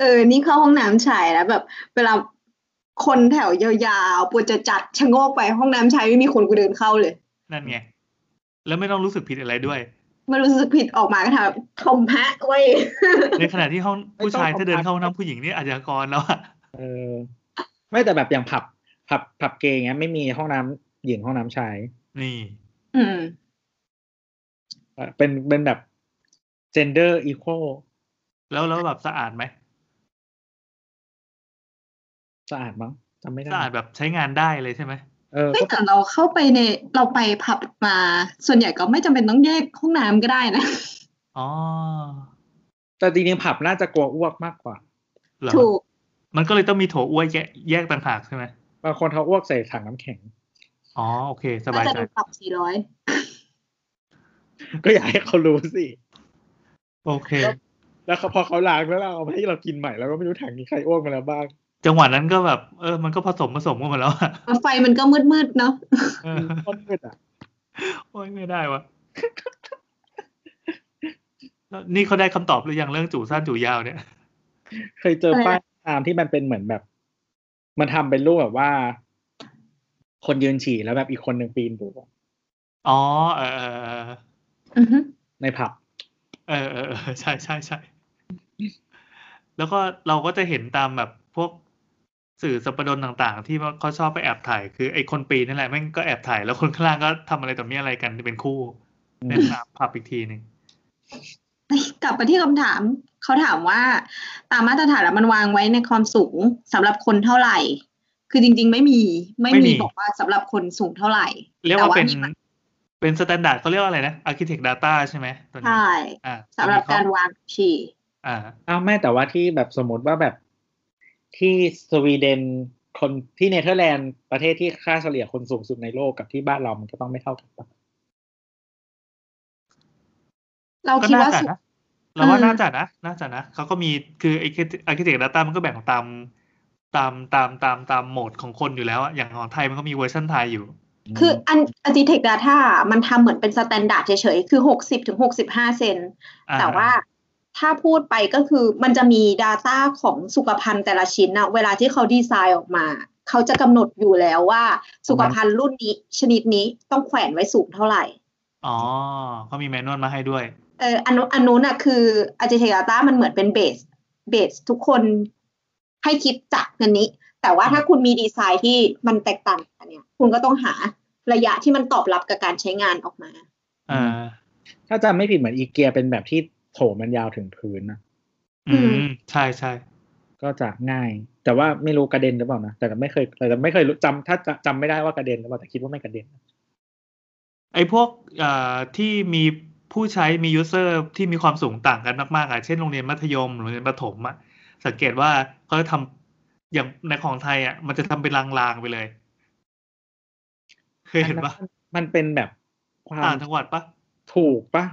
Speaker 3: เออ นี่เข้าห้องน้ำชายแล้วแบบ เวลาคนแถวยาวๆปวดจะจัดชะโงกไปห้องน้ำชายไม่มีคนกูเดินเข้าเลย
Speaker 2: นั่นไง แล้วไม่ต้องรู้สึกผิดอะไรด้วย
Speaker 3: ไม่รู้สึกผิดออกมาก็ถามคอมแพะไว้ย
Speaker 2: ในขณะที่ห้องผู้ชายถ้าเดินเข้าห้องน้ำผู้หญิงนี่อาชญากรแล้วอะ
Speaker 4: เออไม่แต่แบบอย่างผับผับผับเกย์อย่างเงี้ยไม่มีห้องน้ำหญิงห้องน้ำชาย
Speaker 2: นี่
Speaker 3: อืม
Speaker 4: เออเป็นเป็นแบบ gender equal
Speaker 2: แล้วแล้วแบบสะอาดไหม
Speaker 4: สะอาดมั้งจำไม่ได้
Speaker 2: สะอาดแบบใช้งานได้เลยใช่ไหม
Speaker 4: เออ
Speaker 3: ไม่
Speaker 4: ก็
Speaker 3: แต่เราเข้าไปในเราไปผับมา ส่วนใหญ่ก็ไม่จำเป็นต้องแยกห้องน้ำก็ได้นะ
Speaker 2: อ๋อ
Speaker 4: แต่จริงๆผับน่าจะกลัวอ้วกมากกว่า
Speaker 2: เหรอ
Speaker 3: ถูก
Speaker 2: มันก็เลยต้องมีโถอ้วยแยกแยกต่างหากใช่ไหม
Speaker 4: บางคนเขาอ้วกใส่ถังน้ำแข็ง
Speaker 2: อ๋อโอเค ส
Speaker 3: น่า
Speaker 2: บาย
Speaker 3: จะ
Speaker 2: ใจ
Speaker 3: โดนปรับสี่ร้อย
Speaker 4: ก็อยากให้เขารู้สิ
Speaker 2: โอเค
Speaker 4: แล้วเขาพอเขาล้างแล้วเราเอามาให้เรากินใหม่แล้วก็ไม่รู้ถังนี้ใครอ้วกมาแล้วบ้าง
Speaker 2: จังหวะนั้นก็แบบเออมันก็ผสมผสมกันมาแล้วอะ
Speaker 3: ไฟมันก็มืดๆเนาะ
Speaker 2: เออ
Speaker 4: ต้นมืดอ่ะ
Speaker 2: โอ้ยไม่ได้วะแล้วนี่เขาได้คำตอบหรือยังเรื่องจู่สั้นจู่ยาวเนี่ย
Speaker 4: เคยเจอป้ายตามที่มันเป็นเหมือนแบบ มันทำเป็นรูปแบบว่า คนยืนฉี่แล้วแบบอีกคนหนึ่งปีนดู
Speaker 2: อ๋อเออเออเออ
Speaker 3: อือฮึ
Speaker 4: ในผับ
Speaker 2: เออเออเออใช่ใช่ใช่แล้วก็เราก็จะเห็นตามแบบพวกสื่อสัปดนต่างๆ ที่ว่าเขาชอบไปแอบถ่าย คือไอ้คนปีนนั่นแหละแม่งก็แอบถ่ายแล้วคนข้างล่างก็ทำอะไรต่อมีอะไรกันเป็นคู่
Speaker 4: อื ม
Speaker 2: ในสนามผับอีกทีหนึ่ง
Speaker 3: เฮ้ยกลับมาที่คำถาม เขาถามว่าตามมาตรฐานแล้วมันวางไว้ในความสูงสำหรับคนเท่าไหร่ คือจริง ๆ ไม่มี ไม่มีบอกว่าสำหรับคนสูงเท่าไหร่
Speaker 2: เรียกว่าเป็น
Speaker 3: แต่มี
Speaker 2: เป็นสแตนดาร์ดเขาเรียกว่าอะไรนะ Architect Data ใช่ไหมตัวนี้
Speaker 3: ใช่
Speaker 2: อ่า
Speaker 3: สำหรับการวางฉี่
Speaker 2: อ่า
Speaker 4: อ้าวแม่แต่ว่าที่แบบสมมติว่าแบบที่สวีเดนคนที่เนเธอร์แลนด์ประเทศที่ค่าเฉลี่ยคนสูงสุดในโลกกับที่บ้านเรามันก็ต้องไม่เท่ากันปะ
Speaker 3: เรา
Speaker 2: ก็
Speaker 3: คิด
Speaker 2: น่า
Speaker 3: ว่า
Speaker 2: จะ
Speaker 3: สูง
Speaker 2: นะเราว่า
Speaker 3: อืม
Speaker 2: น่าจะนะน่าจะนะเขาก็มีคือไอ้อาร์เคเต็กดัตตามันก็แบ่งตามตามตามตามตามโหมดของคนอยู่แล้วอะอย่างของไทยมันก็มีเวอร์ชันไทยอยู่
Speaker 3: คืออัน Agitech Data มันทำเหมือนเป็นสแตนดาร์ดเฉยๆ คือหกสิบถึงหกสิบห้าเซน
Speaker 2: อ่
Speaker 3: แต่ว่าถ้าพูดไปก็คือมันจะมี Data ของสุขภัณฑ์แต่ละชิ้นนะเวลาที่เขาดีไซน์ออกมา เขาจะกำหนดอยู่แล้วว่าสุขภัณฑ์รุ่นนี้ชนิดนี้ต้องแขวนไว้สูงเท่าไหร่
Speaker 2: อ๋อเขามีแมนนวลมาให้ด้วย
Speaker 3: เอออันนู้นอันนู้นน่ะคือ Agitech Data มันเหมือนเป็นเบสเบสทุกคนให้คิดจากอันนี้ แต่ว่าถ้าคุณมีดีไซน์ที่มันแตกต่างกันเนี่ย คุณก็ต้องหาระยะที่มันตอบรับกับการใช้งานออกมา
Speaker 2: อ่า
Speaker 4: ถ้าจำไม่ผิดเหมือนอีเกียเป็นแบบที่โถมันยาวถึงพื้นนะ
Speaker 2: อื
Speaker 3: อื
Speaker 2: ม
Speaker 3: ม
Speaker 2: ใช่ใช่
Speaker 4: ก็จะง่าย แต่ว่าไม่รู้กระเด็นหรือเปล่านะ แต่ไม่เคยแต่ไม่เคยรู้จำถ้าจะจำไม่ได้ว่ากระเด็นหรือเปล่าแต่คิดว่าไม่กระเด็น
Speaker 2: ไอ้พวกเอ่อที่มีผู้ใช้มียูเซอร์ที่มีความสูงต่างกันมากๆอ่ะเช่นโรงเรียนมัธยมโรงเรียนประถมอ่ะ สังเกตว่าเขาจะทำอย่างในของไทยอ่ะ มันจะทำเป็นลางๆไปเลย เคยเห็นปะ
Speaker 4: อัมันเป็นแบบความ
Speaker 2: ต่างจังหวัดปะ
Speaker 4: ถูกปะ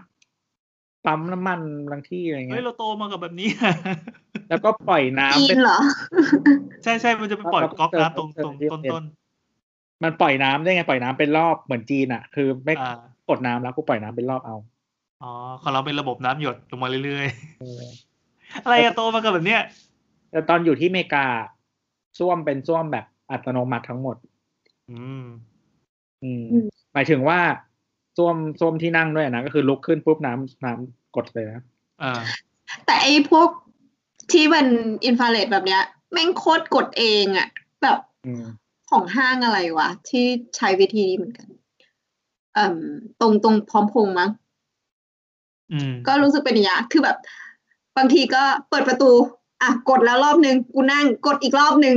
Speaker 4: ปั๊มน้ำมันบางที่อะไร
Speaker 2: เฮ้
Speaker 4: เงี้
Speaker 2: ย
Speaker 4: ย
Speaker 2: เราโตมากับแบบนี้
Speaker 4: แล้วก็ปล่อยน้ำ
Speaker 3: จี
Speaker 4: เป็น น
Speaker 3: เหรอ
Speaker 2: ใช่ใช่มันจะไปปล่อย
Speaker 4: เราก็
Speaker 2: ก๊อก
Speaker 4: เจอ
Speaker 2: น้ำตรง
Speaker 4: เจอ
Speaker 2: ตรง
Speaker 4: ที่
Speaker 2: ต้น
Speaker 4: เรียน
Speaker 2: ต้น
Speaker 4: มันปล่อยน้ำได้ไงปล่อยน้ำเป็นรอบเหมือนจีนอ่ะ คือไม่
Speaker 2: อ่าก
Speaker 4: ดน้ำแล้วกูปล่อยน้ำเป็นรอบเอา
Speaker 2: อ๋อของเราเป็นระบบน้ำหยดลงมาเรื่อยๆ อะไรอะโตมากับแบบเนี้ย
Speaker 4: แต่ตอนอยู่ที่อเมริกาส้วมเป็นส้วมแบบอัตโนมัติทั้งหมด
Speaker 2: อืม
Speaker 4: อืม
Speaker 3: อืม
Speaker 4: หมายถึงว่าส้วมส้วมที่นั่งด้วยนะก็คือลุกขึ้นปุ๊บน้ำน้ำกดเลยนะ
Speaker 2: อ่า
Speaker 3: แต่ไอ้พวกที่เป็นอินฟราเรดแบบเนี้ย แม่งโคตรกดเองอะแบบ
Speaker 4: อืม
Speaker 3: ของห้างอะไรวะ ที่ใช้วิธีนี้เหมือนกันเอ่มตรงตรงพร้อมพงษ์มั้ง
Speaker 2: อืม
Speaker 3: ก็รู้สึกเป็นอย่างเงี้ยคือแบบ บางทีก็เปิดประตู อ่ะกดแล้วรอบนึง กูนั่งกดอีกรอบนึง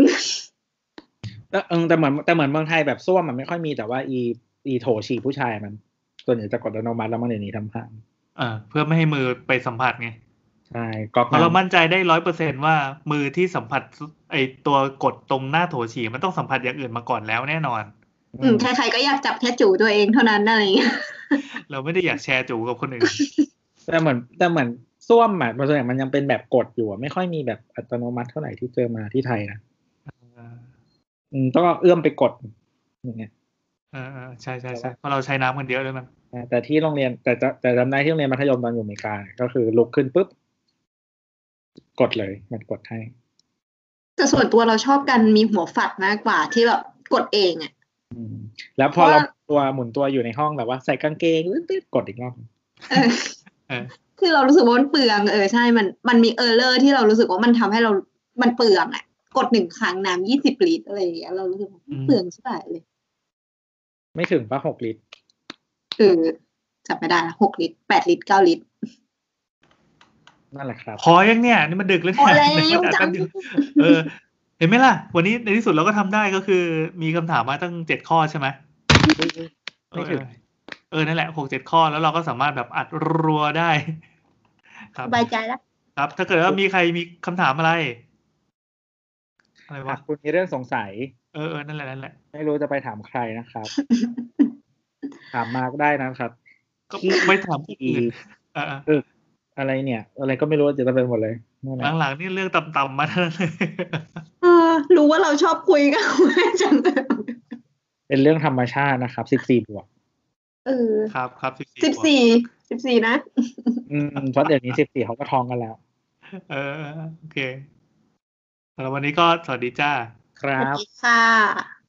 Speaker 4: แต่เออแต่เหมือนแต่เหมือนเมืองไทยแบบส้วมมันไม่ค่อยมีแต่ว่าอีอีโถฉี่ผู้ชายมัน ส่วนใหญ่จะกดอัตโนมัติแล้วมันเดี๋ยวนี้ทำห้าง
Speaker 2: อ่า เพื่อไม่ให้มือไปสัมผัสไง
Speaker 4: ใช่ก๊อก
Speaker 2: เพราะเรา
Speaker 4: น้ำ
Speaker 2: มั่นใจได้ร้อยเปอร์เซนว่ามือที่สัมผัสไอตัวกดตรงหน้าโถฉี่มันต้องสัมผัสอย่างอื่นมาก่อนแล้วแน่นอน
Speaker 3: อืมใครๆก็อยากจับแค่จูตัวเองเท่านั้นอะไรอย่างเงี้ย
Speaker 2: เราไม่ได้อยากแชร์จูกับคนอื่น
Speaker 4: แต่เหมือนแต่เหมือนส้วมอ่ะส่วนใหญ่มันยังเป็นแบบกดอยู่อะไม่ค่อยมีแบบอัตโนมัติเท่าไหร่ที่เจอมาที่ไทยนะอืมต้องเอาเอื้อมไปกดอย่างเงี้ย
Speaker 2: เออเออใช่ใช่ใช่เพราะเราใช้น้ำกันเยอะด้วยมัน
Speaker 4: นะแต่ที่โรงเรียนแต่จะแต่จำได้ที่โรงเรียนมัธยมตอนอยู่อเมริกาก็คือลุกขึ้นปุ๊บ กดเลยมันกดให้
Speaker 3: แต่ส่วนตัวเราชอบกันมีหัวฝัดมากกว่าที่แบบกดเองอะ
Speaker 4: อืม แล้วพอ
Speaker 3: ว่า
Speaker 4: เราตัวหมุนตัวอยู่ในห้องแบบว่าใส่กางเกงปึ๊บกดอีกรอบ
Speaker 3: เออ
Speaker 2: เออ
Speaker 3: คือเรารู้สึกว่ามันเปลืองเออใช่มันมันมีเออร์เลอร์ที่เรารู้สึกว่ามันทำให้เรา มันเปลืองอะกดหนึ่งครั้งน้ำยี่สิบลิตรอะไรอย่างเงี้ยเรารู้สึกว่าเปลืองใช่ไหมเลย
Speaker 4: ไม่ถึงป่ะหกลิตร
Speaker 3: เออจับไม่ได้ละหกลิตรแปดลิตรเก้าลิตร
Speaker 4: นั่นแหละครับ
Speaker 2: พอยังเนี่ยนี่มันดึกแล้วเนี่
Speaker 3: พอย แล้ว
Speaker 2: เดี๋ยมัน
Speaker 3: จั
Speaker 2: อาจจะ
Speaker 3: ง
Speaker 2: ดึกเออ เห็นไหมล่ะ วันนี้ในที่สุดเราก็ทำได้ก็คือ มีคำถามมาตั้งเจ็ดข้อใช่ไหมเอ
Speaker 4: ไม่
Speaker 2: อ
Speaker 4: ถึง
Speaker 2: เออนั่นแหละหกเจ็ดข้อแล้วเราก็สามารถแบบอัดรัวได้ ค
Speaker 3: ส
Speaker 2: รับ
Speaker 3: บายใจละ
Speaker 2: ครับ ถ้าเกิดว่ามีใครมีคำถามอะไรอะ
Speaker 4: หาว
Speaker 2: ไระ
Speaker 4: กคุณมีเรื่องสงสัย
Speaker 2: เออเออนั่นแหละนั่นแหละ
Speaker 4: ไม่รู้จะไปถามใครนะครับ ถามมาร์กได้นะครับ
Speaker 2: ก็ไปถามผู้อื่นเออ
Speaker 4: เอออะไรเนี่ย อะไรก็ไม่รู้จะเป็นหมดเลยนั่นแหละ
Speaker 2: หลังๆนี่เรื่องต่ำๆมาทั้งนั้นเลย
Speaker 3: เออ รู้ว่าเราชอบคุยกัน จังเลย
Speaker 4: เป็นเรื่องธรรมชาตินะครับสิบสี่บวก
Speaker 3: เออ
Speaker 2: ครับครับสิบ
Speaker 3: สิบ
Speaker 2: สี่
Speaker 3: สี่สิบสี่นะ
Speaker 4: อืมเพราะเดี๋ยวนี้สิบสี่เขาก็ท้องกันแล้ว
Speaker 2: เออเออ โอเคสำหรับวันนี้ก็สวัสดีจ้า
Speaker 4: ครั
Speaker 3: สวัส
Speaker 4: บ
Speaker 3: ดีค่ะ